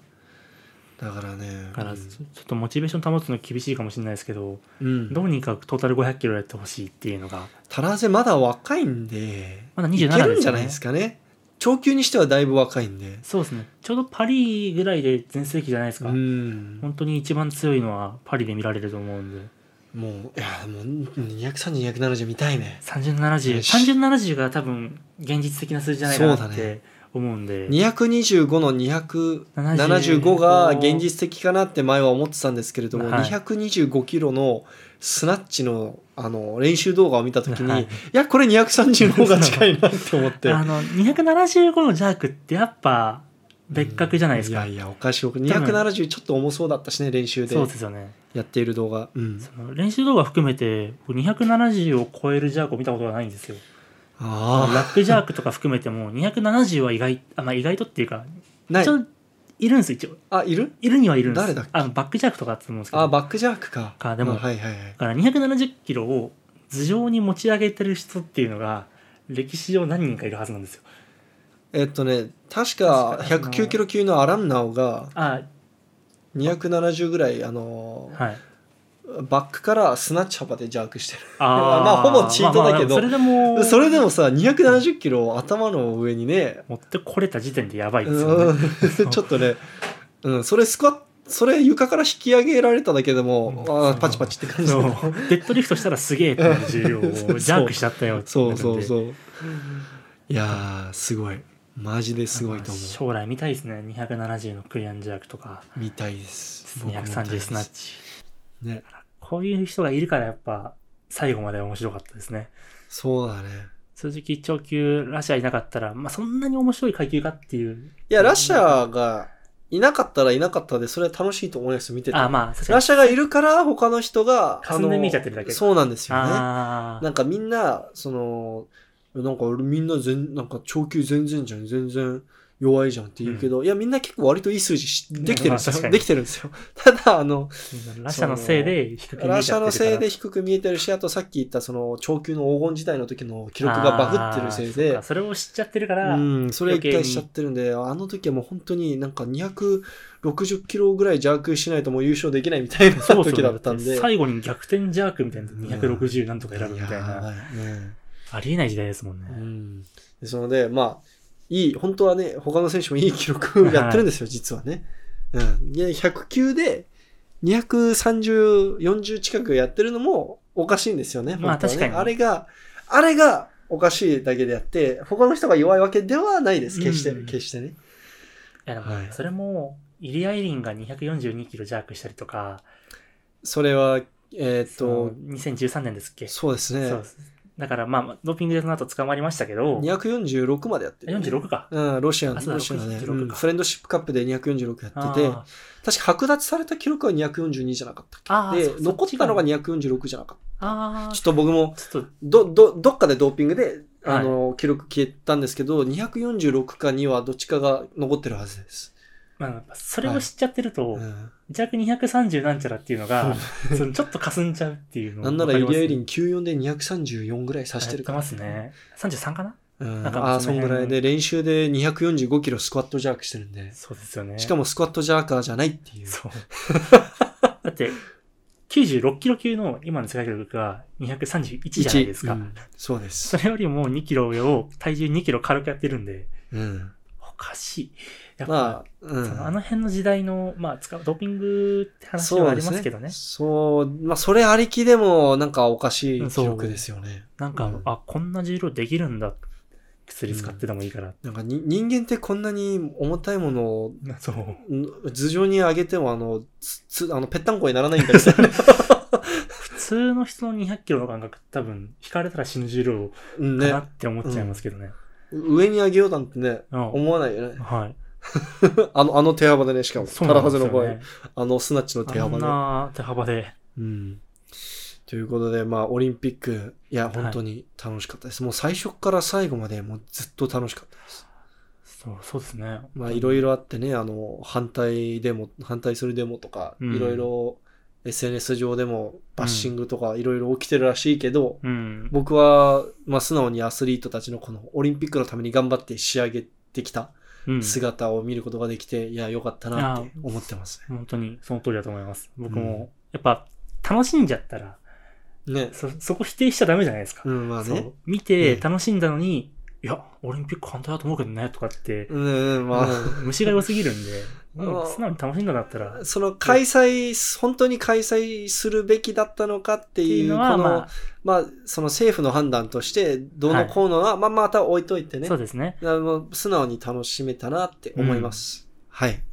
[SPEAKER 1] だからね
[SPEAKER 2] だから
[SPEAKER 1] うん
[SPEAKER 2] ちょちょっとモチベーション保つの厳しいかもしれないですけど、
[SPEAKER 1] うん
[SPEAKER 2] どうにかトータル500キロやってほしいっていうのが
[SPEAKER 1] タラーゼまだ若いんで、
[SPEAKER 2] まだ27
[SPEAKER 1] いけるんじゃない
[SPEAKER 2] で
[SPEAKER 1] ですすかね。長級にしてはだいぶ若いんで。
[SPEAKER 2] そうですねちょうどパリぐらいで全盛期じゃないです
[SPEAKER 1] う
[SPEAKER 2] か、
[SPEAKER 1] ん。
[SPEAKER 2] 本当に一番強いのはパリで見られると思うんで
[SPEAKER 1] もう、いや、もう、230、270見たいね。
[SPEAKER 2] 30703070
[SPEAKER 1] よし
[SPEAKER 2] が多分現実的な数字じゃないかな
[SPEAKER 1] そう
[SPEAKER 2] っ
[SPEAKER 1] だ
[SPEAKER 2] て
[SPEAKER 1] ね
[SPEAKER 2] 思うんで
[SPEAKER 1] 225の275が現実的かなって前は思ってたんですけれども、
[SPEAKER 2] はい
[SPEAKER 1] 225キロのスナッチのあの練習動画を見た時に、
[SPEAKER 2] はい
[SPEAKER 1] い、やこれ230の方が近いなって思って
[SPEAKER 2] あの275のジャークってやっぱ 別格じゃないですか、
[SPEAKER 1] いやいやおかしいおかしい270ちょっと重そうだったしね練習で
[SPEAKER 2] そうですよね
[SPEAKER 1] やっている動画、うん、
[SPEAKER 2] その練習動画含めて僕270を超えるジャークを見たことがないんですよラ
[SPEAKER 1] あ
[SPEAKER 2] ップジャークとか含めても270は意外あ、まあ、意外とっていうか
[SPEAKER 1] あない
[SPEAKER 2] 一応いるんです一応
[SPEAKER 1] あいる
[SPEAKER 2] いるにはいるんです
[SPEAKER 1] 誰だっけ
[SPEAKER 2] あのバックジャークとかだと思うんですけど
[SPEAKER 1] あバックジャークか
[SPEAKER 2] かでも
[SPEAKER 1] あはいはいはい
[SPEAKER 2] だから270キロを頭上に持ち上げてる人っていうのが歴史上何人かいるはずなんですよ
[SPEAKER 1] えっとね確
[SPEAKER 2] 確
[SPEAKER 1] か
[SPEAKER 2] か
[SPEAKER 1] 109キロ級のアランナオが
[SPEAKER 2] あ
[SPEAKER 1] 270ぐらいあの
[SPEAKER 2] はい
[SPEAKER 1] バックからスナッチ幅でジャークしてる
[SPEAKER 2] あー
[SPEAKER 1] まあほぼチートだけど
[SPEAKER 2] まあまあそれでも
[SPEAKER 1] それでもさ270キロを頭の上にね
[SPEAKER 2] 持ってこれた時点でやばいですよ
[SPEAKER 1] う
[SPEAKER 2] ね
[SPEAKER 1] んちょっとね、うん、それスクワットそれ床から引き上げられただけでも、
[SPEAKER 2] うん
[SPEAKER 1] あーパチパチって感じ
[SPEAKER 2] そ
[SPEAKER 1] だ
[SPEAKER 2] う
[SPEAKER 1] ね
[SPEAKER 2] デッドリフトしたらすげえってなる重 量をジャークしちゃったよって
[SPEAKER 1] そうそう
[SPEAKER 2] う
[SPEAKER 1] そういやーすごいマジですごいと思う
[SPEAKER 2] 将来見たいですね270のクリアンジャークとか
[SPEAKER 1] 見たいです僕も見たいで
[SPEAKER 2] 230
[SPEAKER 1] す
[SPEAKER 2] スナッチ
[SPEAKER 1] ね
[SPEAKER 2] こういう人がいるからやっぱ最後まで面白かったですね
[SPEAKER 1] そうだね
[SPEAKER 2] 正直長級ラシャいなかったら、まあ、そんなに面白い階級かっていう
[SPEAKER 1] いや、ラシャがいなかったらいなかったで、それは楽しいと思います、見てて。
[SPEAKER 2] あまあ確かに
[SPEAKER 1] ラシャがいるから、他の人が、
[SPEAKER 2] 霞んで見えちゃってるだ
[SPEAKER 1] あ
[SPEAKER 2] け
[SPEAKER 1] のそうなんですよね。
[SPEAKER 2] ああ
[SPEAKER 1] なんかみんな、その、なんか俺みんな全、なんか長級全然じゃん、全然弱いじゃんって言うけど、いや、みんな結構割といい数字しできてるんです
[SPEAKER 2] まあ確か
[SPEAKER 1] よ。
[SPEAKER 2] に
[SPEAKER 1] できてるんです よ。ただ、あの、
[SPEAKER 2] ラシャのせいで低く見
[SPEAKER 1] ラ
[SPEAKER 2] え
[SPEAKER 1] シ
[SPEAKER 2] ちゃ
[SPEAKER 1] ャ
[SPEAKER 2] ってるから
[SPEAKER 1] のせいで低く見えてるし、あとさっき言ったその長級の黄金時代の時の記録がバグってるせい
[SPEAKER 2] あーそ
[SPEAKER 1] で
[SPEAKER 2] っか、それを知っちゃってるから、
[SPEAKER 1] うん、それ
[SPEAKER 2] 余計
[SPEAKER 1] 一
[SPEAKER 2] に
[SPEAKER 1] 回しちゃってるんで、あの時はもう本当になんか260キロぐらい弱しないともう優勝できないみたいな
[SPEAKER 2] そうそう
[SPEAKER 1] 時だったんで。
[SPEAKER 2] 最後に逆転ジャークみたいな260なんとか選ぶみたい
[SPEAKER 1] やばい
[SPEAKER 2] な、
[SPEAKER 1] ね
[SPEAKER 2] ありえない時代ですもんね、
[SPEAKER 1] うん。ですので、まあ、いい、本当はね、他の選手もいい記録やってるんですよ、実はね。うん。で、109で230、40近くやってるのもおかしいんですよね。
[SPEAKER 2] まあ
[SPEAKER 1] 本当はね
[SPEAKER 2] 確かに
[SPEAKER 1] あれが、あれがおかしいだけであって、他の人が弱いわけではないです、決して、
[SPEAKER 2] うん
[SPEAKER 1] 決してね。
[SPEAKER 2] いやでも、
[SPEAKER 1] はい
[SPEAKER 2] それもイリア・イリンが242キロジャークしたりとか
[SPEAKER 1] それは、えーっ
[SPEAKER 2] その
[SPEAKER 1] と、
[SPEAKER 2] 2013年ですっけ
[SPEAKER 1] そうです
[SPEAKER 2] そう
[SPEAKER 1] ね
[SPEAKER 2] で。すだからまあドーピングでその後捕まりましたけど
[SPEAKER 1] 246までやってる、
[SPEAKER 2] 46か
[SPEAKER 1] うん、ロシアの、
[SPEAKER 2] あそうだ
[SPEAKER 1] ロシアのね、
[SPEAKER 2] 46
[SPEAKER 1] うん
[SPEAKER 2] か
[SPEAKER 1] フレンドシップカップで246やってて、
[SPEAKER 2] あ
[SPEAKER 1] 確か剥奪された記録は242じゃなかったっ
[SPEAKER 2] あああ
[SPEAKER 1] け
[SPEAKER 2] そ
[SPEAKER 1] で
[SPEAKER 2] そ、ち
[SPEAKER 1] 残った
[SPEAKER 2] が
[SPEAKER 1] のが246じゃなかった。
[SPEAKER 2] ああ
[SPEAKER 1] ちょっと僕も、
[SPEAKER 2] ちょっと
[SPEAKER 1] ど、ど、どっかでドーピングで、あの、記録消えたんですけど、246かにはどっちかが残ってるはずです。
[SPEAKER 2] まあ、やっぱそれを知っちゃってると、
[SPEAKER 1] うん
[SPEAKER 2] 弱230なんちゃらっていうのが、そのちょっと霞んじゃうっていうの
[SPEAKER 1] なんならイリア・エリ
[SPEAKER 2] ン
[SPEAKER 1] ン94で234ぐらい刺してる
[SPEAKER 2] か。
[SPEAKER 1] からら
[SPEAKER 2] やってますね。33かな
[SPEAKER 1] うん、
[SPEAKER 2] なんかもう
[SPEAKER 1] ああーそ
[SPEAKER 2] そ
[SPEAKER 1] ん
[SPEAKER 2] の
[SPEAKER 1] ぐ
[SPEAKER 2] 辺
[SPEAKER 1] らいで練習で245キロスクワットジャークしてるんで
[SPEAKER 2] そうですよね
[SPEAKER 1] しかもスクワットジャーカーじゃないっていう
[SPEAKER 2] そうだって96キロ級の今の世界記録が231じゃないですか、
[SPEAKER 1] うんそうです
[SPEAKER 2] それよりも2キロ上を体重2キロ軽くやってるんで
[SPEAKER 1] うん
[SPEAKER 2] おかしいやっぱ、
[SPEAKER 1] まあ、う
[SPEAKER 2] その
[SPEAKER 1] ん、
[SPEAKER 2] あの辺の時代の、まあ、使うドーピングって話
[SPEAKER 1] そう
[SPEAKER 2] はあ
[SPEAKER 1] で
[SPEAKER 2] り
[SPEAKER 1] す
[SPEAKER 2] ますけどね
[SPEAKER 1] そう、まあ、それありきでも、なんかおかしい記録ですよね。
[SPEAKER 2] なんか、
[SPEAKER 1] うん
[SPEAKER 2] あこんな重量できるんだ薬使ってでもいいから、
[SPEAKER 1] なんかに人間ってこんなに重たいものを
[SPEAKER 2] そう
[SPEAKER 1] ん頭上に上げても、あの、つつあのぺったんこにならないんですよね。
[SPEAKER 2] 普通の人の200キロの感覚多分引かれたら死ぬ重量
[SPEAKER 1] うん
[SPEAKER 2] かな
[SPEAKER 1] ね
[SPEAKER 2] っ。て思っちゃいますけどね、
[SPEAKER 1] 上に上げようなんてね、
[SPEAKER 2] うん
[SPEAKER 1] 思わないよね。
[SPEAKER 2] はい
[SPEAKER 1] あの、あの手幅でね、しかも、
[SPEAKER 2] そ
[SPEAKER 1] た
[SPEAKER 2] う
[SPEAKER 1] ら
[SPEAKER 2] なん
[SPEAKER 1] は
[SPEAKER 2] です
[SPEAKER 1] ず
[SPEAKER 2] よ
[SPEAKER 1] の場合、
[SPEAKER 2] ね
[SPEAKER 1] あのスナッチの手
[SPEAKER 2] あん
[SPEAKER 1] 幅で。
[SPEAKER 2] な手幅で
[SPEAKER 1] うん。ということで、まあ、オリンピック、いや、本当に楽しかったです。もう最初から最後まで、もうずっと楽しかったです。
[SPEAKER 2] そうそうですね
[SPEAKER 1] まあいろいろあってねあの反対デモ反対するデモとか、
[SPEAKER 2] うん
[SPEAKER 1] いろいろ SNS 上でもバッシングとかいろいろ起きてるらしいけど、
[SPEAKER 2] うん
[SPEAKER 1] 僕は、まあ、素直にアスリートたちのこのオリンピックのために頑張って仕上げてきた
[SPEAKER 2] うん
[SPEAKER 1] 姿を見ることができて、いや良かったなって思ってます
[SPEAKER 2] 本当にその通りだと思います僕
[SPEAKER 1] うん
[SPEAKER 2] もやっぱ楽しんじゃったら
[SPEAKER 1] ね。ね
[SPEAKER 2] そそこ否定しちゃダメじゃないですか、
[SPEAKER 1] うんまあ
[SPEAKER 2] そ
[SPEAKER 1] ね
[SPEAKER 2] う。見
[SPEAKER 1] う
[SPEAKER 2] て
[SPEAKER 1] ん
[SPEAKER 2] 楽しんだのに、いやオリンピック反対だと思うけどねとかって、
[SPEAKER 1] うんうんま
[SPEAKER 2] も
[SPEAKER 1] あ
[SPEAKER 2] う虫が良すぎる んで
[SPEAKER 1] うん
[SPEAKER 2] もう素直に楽しんだんだったらっ
[SPEAKER 1] その開催本当に開催するべきだったのかって
[SPEAKER 2] て
[SPEAKER 1] い
[SPEAKER 2] いううの
[SPEAKER 1] こ
[SPEAKER 2] は
[SPEAKER 1] の
[SPEAKER 2] ま
[SPEAKER 1] まあ、その政府の判断として、どうのこうのは、まあ、また置いといて
[SPEAKER 2] あ
[SPEAKER 1] ね
[SPEAKER 2] そう。ですね
[SPEAKER 1] あの素直に楽しめたなって思います。はい。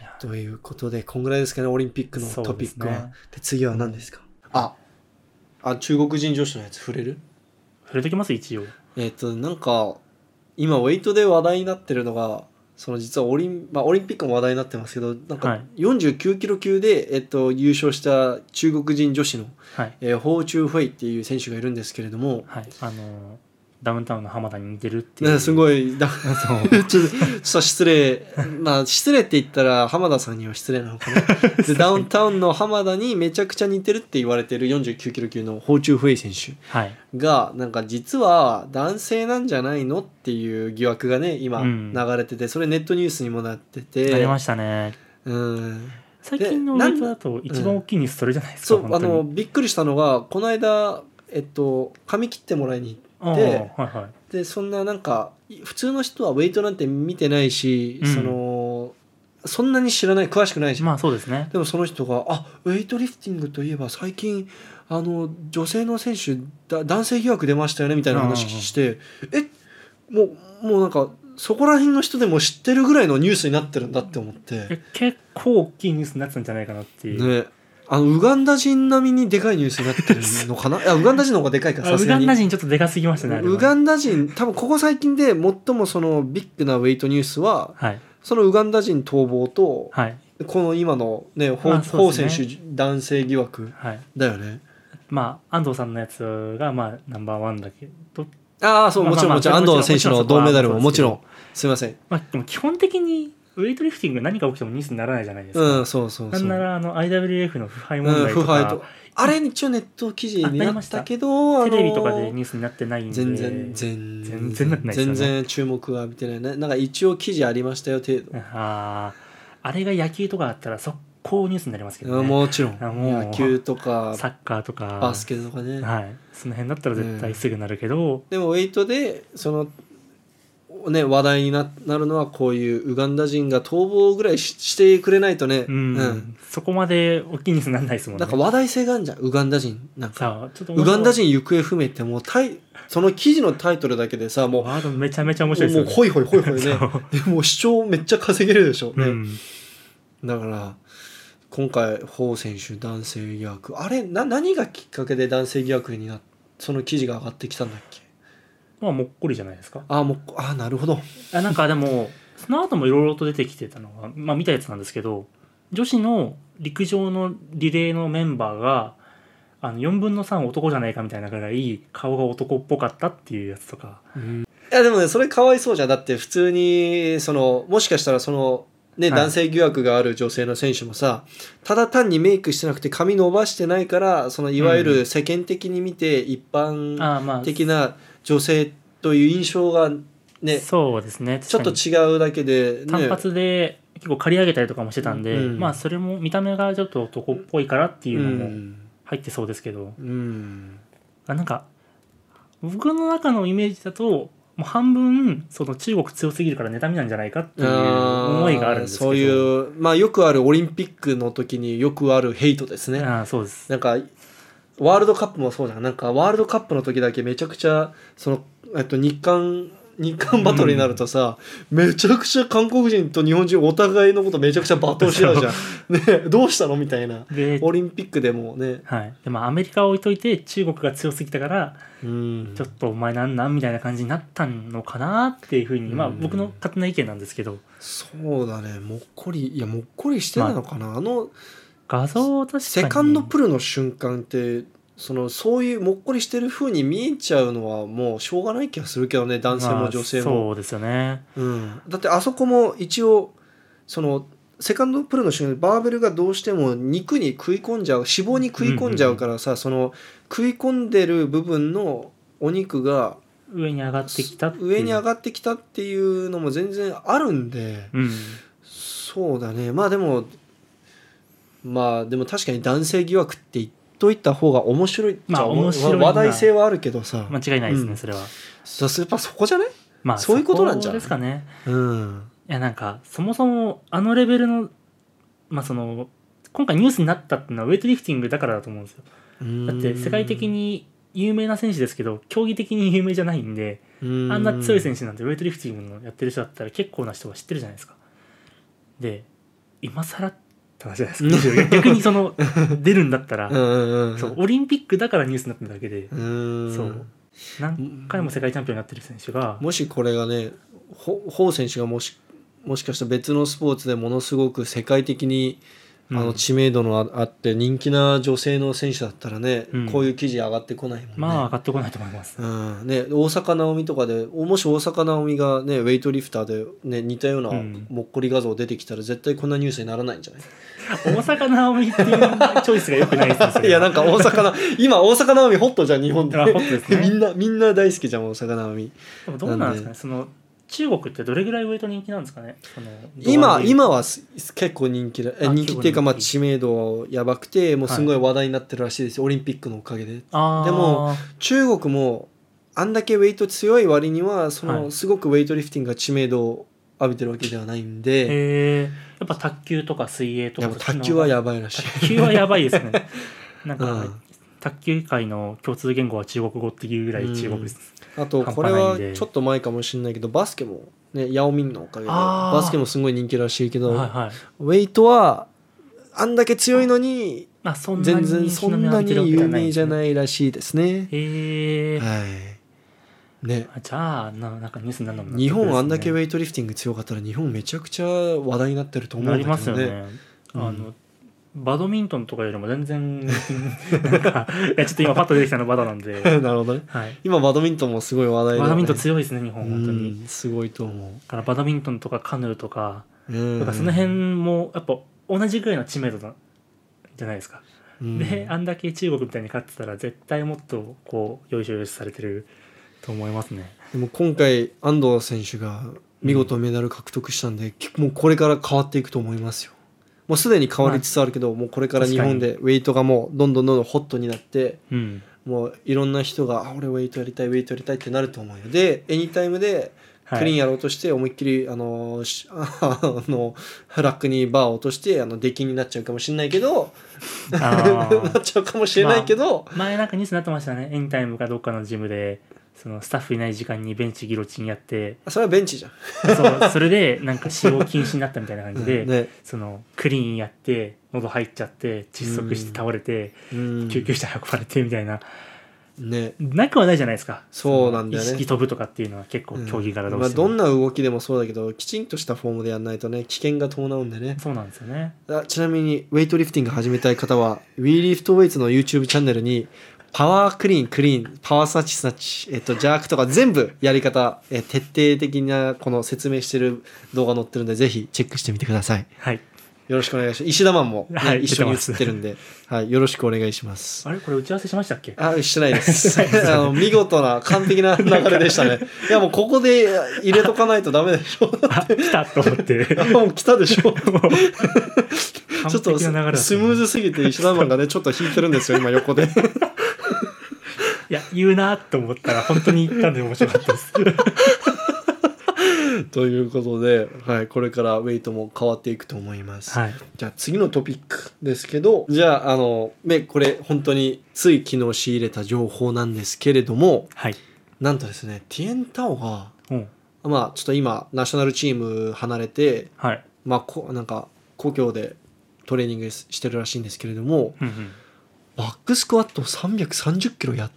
[SPEAKER 2] いや
[SPEAKER 1] ということで、こんぐらいですかね、オリンピックのトピックは。
[SPEAKER 2] そう
[SPEAKER 1] で
[SPEAKER 2] ですね
[SPEAKER 1] 次は何ですかあ、あ、中国人女子のやつ触れる
[SPEAKER 2] 触れときます一応
[SPEAKER 1] えっ、と、なんか、今、ウェイトで話題になってるのが、その実はオリン,、まあ、オリンピックも話題になってますけど、なん
[SPEAKER 2] は
[SPEAKER 1] か
[SPEAKER 2] い
[SPEAKER 1] 49キロ級で、えっと、優勝した中国人女子の、
[SPEAKER 2] はい
[SPEAKER 1] えー、ホーチュー・フェイっていう選手がいるんですけれども、
[SPEAKER 2] はいあのーダウンタウンの浜田に似てるっていう
[SPEAKER 1] ね、 す
[SPEAKER 2] い
[SPEAKER 1] ごいだち
[SPEAKER 2] そ
[SPEAKER 1] ょ
[SPEAKER 2] う
[SPEAKER 1] っとちょっと失礼まあ失礼って言ったら浜田さんには失礼なのかな でダウンタウンの浜田にめちゃくちゃ似てるって言われてる49キロ級の宝中フェイ選手
[SPEAKER 2] はい
[SPEAKER 1] がなんか実は男性なんじゃないのっていう疑惑がね今
[SPEAKER 2] うん
[SPEAKER 1] 流れてて、それネットニュースにもなってて
[SPEAKER 2] なりましたね
[SPEAKER 1] うん
[SPEAKER 2] 最近のウ
[SPEAKER 1] でなん
[SPEAKER 2] ェイトだと一番大きいニュースそれじゃないですか、
[SPEAKER 1] そうあのびっくりしたのがこの間えっと髪切ってもらいに
[SPEAKER 2] あ
[SPEAKER 1] で
[SPEAKER 2] はいはい
[SPEAKER 1] でそんななんかい普通の人はウェイトなんて見てないし、
[SPEAKER 2] うん
[SPEAKER 1] そのそんなに知らない詳しくないじゃん、
[SPEAKER 2] まあそうですね。
[SPEAKER 1] でもその人があウェイトリフティングといえば最近あの女性の選手だ男性疑惑出ましたよねみたいな話
[SPEAKER 2] うんうんうん
[SPEAKER 1] して、えもうもうなんかそこら辺の人でも知ってるぐらいのニュースになってるんだって思って、
[SPEAKER 2] え結構大きいニュースになってたんじゃないかなっていう。
[SPEAKER 1] ねあのウガンダ人並みにでかいニュースになってるのかないやウガンダ人の方がでかいか
[SPEAKER 2] あ
[SPEAKER 1] さ
[SPEAKER 2] ウ
[SPEAKER 1] すが
[SPEAKER 2] ガ
[SPEAKER 1] に
[SPEAKER 2] ンダ人ちょっとでかすぎましたね。あれは
[SPEAKER 1] ウガンダ人多分ここ最近で最もそのビッグなウェイトニュースは
[SPEAKER 2] はい。
[SPEAKER 1] そのウガンダ人逃亡と
[SPEAKER 2] はい。
[SPEAKER 1] この今のねホ
[SPEAKER 2] あ
[SPEAKER 1] ウ
[SPEAKER 2] そう
[SPEAKER 1] ホ
[SPEAKER 2] で
[SPEAKER 1] ウ
[SPEAKER 2] す
[SPEAKER 1] 選
[SPEAKER 2] ね
[SPEAKER 1] 手男性疑惑
[SPEAKER 2] はい。
[SPEAKER 1] だよね
[SPEAKER 2] まあ、安藤さんのやつが、まあ、ナンバーワンだけど、
[SPEAKER 1] ああそう
[SPEAKER 2] まあ
[SPEAKER 1] もちろん
[SPEAKER 2] まあ
[SPEAKER 1] もちろん
[SPEAKER 2] ま
[SPEAKER 1] 安
[SPEAKER 2] あ
[SPEAKER 1] 藤選手
[SPEAKER 2] も
[SPEAKER 1] の
[SPEAKER 2] ちろんそこは
[SPEAKER 1] 銅メダルも
[SPEAKER 2] そう
[SPEAKER 1] もち
[SPEAKER 2] ですけど
[SPEAKER 1] ろんすいません
[SPEAKER 2] まあ、でも基本的に、ウェイトリフティング何が起きてもニュースにならないじゃないですか。
[SPEAKER 1] うんそうそう
[SPEAKER 2] な
[SPEAKER 1] そ
[SPEAKER 2] んな
[SPEAKER 1] う
[SPEAKER 2] ら、あの、IWF の腐敗問
[SPEAKER 1] うん
[SPEAKER 2] 題
[SPEAKER 1] 腐
[SPEAKER 2] と
[SPEAKER 1] 敗
[SPEAKER 2] か、
[SPEAKER 1] とあれ一応ネット記事
[SPEAKER 2] あ
[SPEAKER 1] に
[SPEAKER 2] なり
[SPEAKER 1] な
[SPEAKER 2] ま
[SPEAKER 1] っ
[SPEAKER 2] した
[SPEAKER 1] たけどあ
[SPEAKER 2] テ
[SPEAKER 1] の
[SPEAKER 2] レビとかでニュースになってないんで、
[SPEAKER 1] 全然全
[SPEAKER 2] 全然なってないです
[SPEAKER 1] 全
[SPEAKER 2] よね
[SPEAKER 1] 然注目は浴びてないねなんか一応記事ありましたよ程度
[SPEAKER 2] あーあれが野球とかだったら、速攻ニュースになりますけど
[SPEAKER 1] うん
[SPEAKER 2] ね。
[SPEAKER 1] もちろん
[SPEAKER 2] あもう
[SPEAKER 1] 野球とか
[SPEAKER 2] サッカーとか、
[SPEAKER 1] バスケとかね
[SPEAKER 2] はい。その辺だったら絶対すぐなるけど、
[SPEAKER 1] でもウェイトでそのね話題にななるのはこういうウガンダ人が逃亡ぐらいししてくれないとね、
[SPEAKER 2] うんそこまで大きいニュースにならないですもんね。
[SPEAKER 1] なんか話題性があるじゃんウガンダ人なんか
[SPEAKER 2] さあ、ちょっと面
[SPEAKER 1] ウ
[SPEAKER 2] 白い
[SPEAKER 1] ガンダ人行方不明ってもうタイその記事のタイトルだけでさもう
[SPEAKER 2] ワードめちゃめちゃ面白いです
[SPEAKER 1] も
[SPEAKER 2] よ
[SPEAKER 1] う
[SPEAKER 2] ね。
[SPEAKER 1] ホイホイホイホイね
[SPEAKER 2] そう
[SPEAKER 1] でもう視聴めっちゃ稼げるでしょ、ね
[SPEAKER 2] うん
[SPEAKER 1] だから今回ホウ選手男性疑惑あれな何がきっかけで男性疑惑になっその記事が上がってきたんだっけ
[SPEAKER 2] まあ、もっこりじゃないですか。
[SPEAKER 1] ああもうああなるほど
[SPEAKER 2] あなんかでも、その後もいろいろと出てきてたのが、まあ見たやつなんですけど、女子の陸上のリレーのメンバーが、あの4分の3男じゃないかみたいなぐらい顔が男っぽかったっていうやつとか、
[SPEAKER 1] いやでもねそれかわいそうじゃんだって普通にそのもしかしたらそのね、
[SPEAKER 2] はい
[SPEAKER 1] 男性疑惑がある女性の選手もさただ単にメイクしてなくて髪伸ばしてないからそのいわゆ
[SPEAKER 2] う
[SPEAKER 1] る世間的に見て一般
[SPEAKER 2] ああまあ、
[SPEAKER 1] 的な女性という印象がね
[SPEAKER 2] そうですね
[SPEAKER 1] ちょっと
[SPEAKER 2] 確か
[SPEAKER 1] 違うだけで、ね、
[SPEAKER 2] に単発で結構刈り上げたりとかもしてたんで、
[SPEAKER 1] うん
[SPEAKER 2] まあそれも見た目がちょっと男っぽいからっていうの
[SPEAKER 1] う
[SPEAKER 2] も
[SPEAKER 1] ん
[SPEAKER 2] 入ってそうですけど、
[SPEAKER 1] うん
[SPEAKER 2] あなんか僕の中のイメージだともう半分その中国強すぎるから妬みなんじゃないかっていう思いがあるんですけど
[SPEAKER 1] そういうまあよくあるオリンピックの時によくあるヘイトですね
[SPEAKER 2] あーそうです
[SPEAKER 1] なんかワールドカップもそうじゃんなんかワールドカップの時だけめちゃくちゃそのえっと日韓日韓バトルになるとさ、めちゃくちゃ韓国人と日本人お互いのことめちゃくちゃ罵倒し合うじゃん ねどうしたのみたいな
[SPEAKER 2] で
[SPEAKER 1] オリンピックでもね
[SPEAKER 2] はい、でもアメリカは置いといて中国が強すぎたから
[SPEAKER 1] うん
[SPEAKER 2] ちょっとお前なんなんみたいな感じになったのかなっていうふうに、まあ、
[SPEAKER 1] うん
[SPEAKER 2] 僕の勝手な意見なんですけど
[SPEAKER 1] そうだねもっこりいやもっこりしてたのかな、あの
[SPEAKER 2] 画像は確かに
[SPEAKER 1] セカンドプルの瞬間ってそのそういうもっこりしてる風に見えちゃうのはもうしょうがない気がするけどね男性
[SPEAKER 2] まあ
[SPEAKER 1] も女性も、
[SPEAKER 2] そうですよね
[SPEAKER 1] うん、だってあそこも一応そのセカンドプルの瞬間バーベルがどうしても肉に食い込んじゃう脂肪に食い込んじゃうからさ、その食い込んでる部分のお肉が
[SPEAKER 2] 上に上がってきたっていう
[SPEAKER 1] 上に上
[SPEAKER 2] っ
[SPEAKER 1] がってきたっていうのも全然あるんで、
[SPEAKER 2] うん
[SPEAKER 1] そうだねまあでもまあでも確かに男性疑惑って言っといた方が面白いじゃん
[SPEAKER 2] まあ
[SPEAKER 1] お
[SPEAKER 2] 面白いな
[SPEAKER 1] 話題性はあるけどさ、
[SPEAKER 2] 間違いないですね、
[SPEAKER 1] うん
[SPEAKER 2] それは
[SPEAKER 1] さやっぱそこじゃね
[SPEAKER 2] まあ
[SPEAKER 1] そういうことなんじゃ
[SPEAKER 2] そ
[SPEAKER 1] ない
[SPEAKER 2] ですかね
[SPEAKER 1] うん
[SPEAKER 2] いやなんかそもそもあのレベルのまあその今回ニュースになったっていうのはウェイトリフティングだからだと思うんですよだって世界的に有名な選手ですけど競技的に有名じゃないんで、あ
[SPEAKER 1] あ
[SPEAKER 2] んな強い選手なんてウェイトリフティングのやってる人だったら結構な人は知ってるじゃないですか。で今更って話じゃないで すか逆にその出るんだったら、
[SPEAKER 1] うんうんうん
[SPEAKER 2] そうオリンピックだからニュースになってるだけで、
[SPEAKER 1] うん
[SPEAKER 2] そう何回も世界チャンピオンになってる選手が、
[SPEAKER 1] もしこれがねほホウ選手がもしもしかしたら別のスポーツでものすごく世界的にあ
[SPEAKER 2] う
[SPEAKER 1] の
[SPEAKER 2] ん
[SPEAKER 1] 知名度のああって人気な女性の選手だったらね、
[SPEAKER 2] うん
[SPEAKER 1] こういう記事上がってこないもんね。
[SPEAKER 2] まあ上がってこないと思います。
[SPEAKER 1] うんね、大坂なおみとかでおもし大坂なおみが、ね、ウェイトリフターで、ね、似たような
[SPEAKER 2] うん
[SPEAKER 1] もっこり画像出てきたら絶対こんなニュースにならないん じゃない、
[SPEAKER 2] 大阪なおみっていうチョイスが良くないですねそれ
[SPEAKER 1] いやなんか大坂な今大坂なおみホットじゃん日本で
[SPEAKER 2] あホットですね
[SPEAKER 1] みんなみんな大好きじゃん大坂なおみ
[SPEAKER 2] でもどうなんです
[SPEAKER 1] な
[SPEAKER 2] か
[SPEAKER 1] ん
[SPEAKER 2] ねその中国ってどれぐらいウェイト人気なんですかねその
[SPEAKER 1] 今今はす結構人気だえ
[SPEAKER 2] あ
[SPEAKER 1] 人気っていうか、まあ、
[SPEAKER 2] 結
[SPEAKER 1] 知名度やばくてもうすごい話題になってるらしいですよ、オリンピックのおかげで
[SPEAKER 2] あー
[SPEAKER 1] でも中国もあんだけウェイト強い割にはその、
[SPEAKER 2] はい
[SPEAKER 1] すごくウェイトリフティングが知名度を浴びてるわけではないんで、
[SPEAKER 2] へえやっぱ卓球とか水泳と
[SPEAKER 1] や
[SPEAKER 2] か
[SPEAKER 1] っぱ卓球は
[SPEAKER 2] や
[SPEAKER 1] やばいら しい
[SPEAKER 2] 卓球はやばいです ねなんか、
[SPEAKER 1] うん
[SPEAKER 2] 卓球界の共通言語は中国語っていうぐらい中国です、
[SPEAKER 1] あと
[SPEAKER 2] 半
[SPEAKER 1] こ
[SPEAKER 2] 端
[SPEAKER 1] れ
[SPEAKER 2] ないん
[SPEAKER 1] は
[SPEAKER 2] で
[SPEAKER 1] ちょっと前かもしれないけどバスケもねヤオミンのおかげで
[SPEAKER 2] あー
[SPEAKER 1] バスケもすごい人気らしいけど、
[SPEAKER 2] はいはい
[SPEAKER 1] ウェイトはあんだけ強いのに
[SPEAKER 2] まあそんな
[SPEAKER 1] 全
[SPEAKER 2] に
[SPEAKER 1] 然そんなに有名じゃ
[SPEAKER 2] い
[SPEAKER 1] ないらしいですね。
[SPEAKER 2] へえ
[SPEAKER 1] はいね
[SPEAKER 2] あじゃあななんかニュースになるのも納得ですね
[SPEAKER 1] 日本あんだけウェイトリフティング強かったら日本めちゃくちゃ話題になってると思う
[SPEAKER 2] なんり
[SPEAKER 1] だ
[SPEAKER 2] ま
[SPEAKER 1] け
[SPEAKER 2] す
[SPEAKER 1] ど
[SPEAKER 2] よ
[SPEAKER 1] ね。
[SPEAKER 2] ね、
[SPEAKER 1] うん
[SPEAKER 2] あのバドミントンとかよりも全然なんかいやちょっと今パッと出てきたのバドなんで、
[SPEAKER 1] なるほどね。
[SPEAKER 2] はい、
[SPEAKER 1] 今バドミントンもすごい話題だよね
[SPEAKER 2] バドミントン強いですね日本本当に、
[SPEAKER 1] うんすごいと思
[SPEAKER 2] だからバドミントンとかカヌーとか
[SPEAKER 1] う。うん
[SPEAKER 2] だからその辺もやっぱ同じぐらいの知名度なじゃないですか、
[SPEAKER 1] うん
[SPEAKER 2] であんだけ中国みたいに勝ってたら絶対もっとこうよいしょよいしょされてると思いますね
[SPEAKER 1] でも今回安藤選手が見事メダル獲得したんで、きもうこれから変わっていくと思いますよもうすでに変わりつつあるけど、もうこれから日本でウェイトがもうどんどんどんどんホットになって
[SPEAKER 2] うん
[SPEAKER 1] もういろんな人があ俺ウェイトやりたいウェイトやりたいってなると思うよでエニタイムで
[SPEAKER 2] は
[SPEAKER 1] クリーンやろうとして思いっきり、あのしあ のラックにバーを落としてあの出禁になっちゃうかもしれないけど
[SPEAKER 2] あ
[SPEAKER 1] なっ
[SPEAKER 2] ー
[SPEAKER 1] ちゃうかもしれないけど、
[SPEAKER 2] 前なんかニュースになってましたねエンタイムかどっかのジムでそのスタッフいない時間にベンチギロチンやって
[SPEAKER 1] それはベンチじゃん。
[SPEAKER 2] そうそれでなんか使用禁止になったみたいな感じで、
[SPEAKER 1] ね
[SPEAKER 2] そのクリーンやって喉入っちゃって窒息して倒れて、
[SPEAKER 1] うん
[SPEAKER 2] 救急車運ばれてみたいな
[SPEAKER 1] ね
[SPEAKER 2] なくはないじゃないですか
[SPEAKER 1] そうなんだよね
[SPEAKER 2] その意識飛ぶとかっていうのは結構競技からど
[SPEAKER 1] ど
[SPEAKER 2] う
[SPEAKER 1] まあ、
[SPEAKER 2] しても、
[SPEAKER 1] どんな動きでもそうだけどきちんとしたフォームでやんないとね危険が伴うんでね
[SPEAKER 2] そうなんですよね
[SPEAKER 1] あちなみにウェイトリフティング始めたい方は WeLiftWeights の YouTube チャンネルにパワークリーンクリーンパワースナッチスナッチ、えっと、ジャークとか全部やり方、え徹底的なこの説明してる動画載ってるんでぜひチェックしてみてください
[SPEAKER 2] はい
[SPEAKER 1] よろしくお願いします。石田マンもね、
[SPEAKER 2] はい
[SPEAKER 1] 一緒に
[SPEAKER 2] 出てます
[SPEAKER 1] 写ってるんで、はい、よろしくお願いします。
[SPEAKER 2] あれこれ打ち合わせしましたっけ
[SPEAKER 1] あ、してないです。
[SPEAKER 2] してないです
[SPEAKER 1] あの見事な完璧な流れでしたね。いやもうここで入れとかないとダメでしょ。
[SPEAKER 2] あ来たと思って
[SPEAKER 1] あもう来たでしょ。
[SPEAKER 2] もう
[SPEAKER 1] ちょっ
[SPEAKER 2] 完
[SPEAKER 1] と
[SPEAKER 2] 璧
[SPEAKER 1] ス
[SPEAKER 2] な流れだったね
[SPEAKER 1] ムーズすぎて石田マンがねちょっと引いてるんですよ今横 で。
[SPEAKER 2] いや言うなと思ったら本当に言ったんで面白かったです
[SPEAKER 1] ということで、はい、これからウェイトも変わっていくと思います。
[SPEAKER 2] はい
[SPEAKER 1] じゃあ次のトピックですけどじゃああの、ね、これ本当につい昨日仕入れた情報なんですけれども
[SPEAKER 2] はい
[SPEAKER 1] なんとですねティエンタオが、
[SPEAKER 2] うん
[SPEAKER 1] まあ、ちょっと今ナショナルチーム離れて、
[SPEAKER 2] はい
[SPEAKER 1] まあ、こなんか故郷でトレーニングしてるらしいんですけれども
[SPEAKER 2] うんうん
[SPEAKER 1] バックスクワットを330キロやっ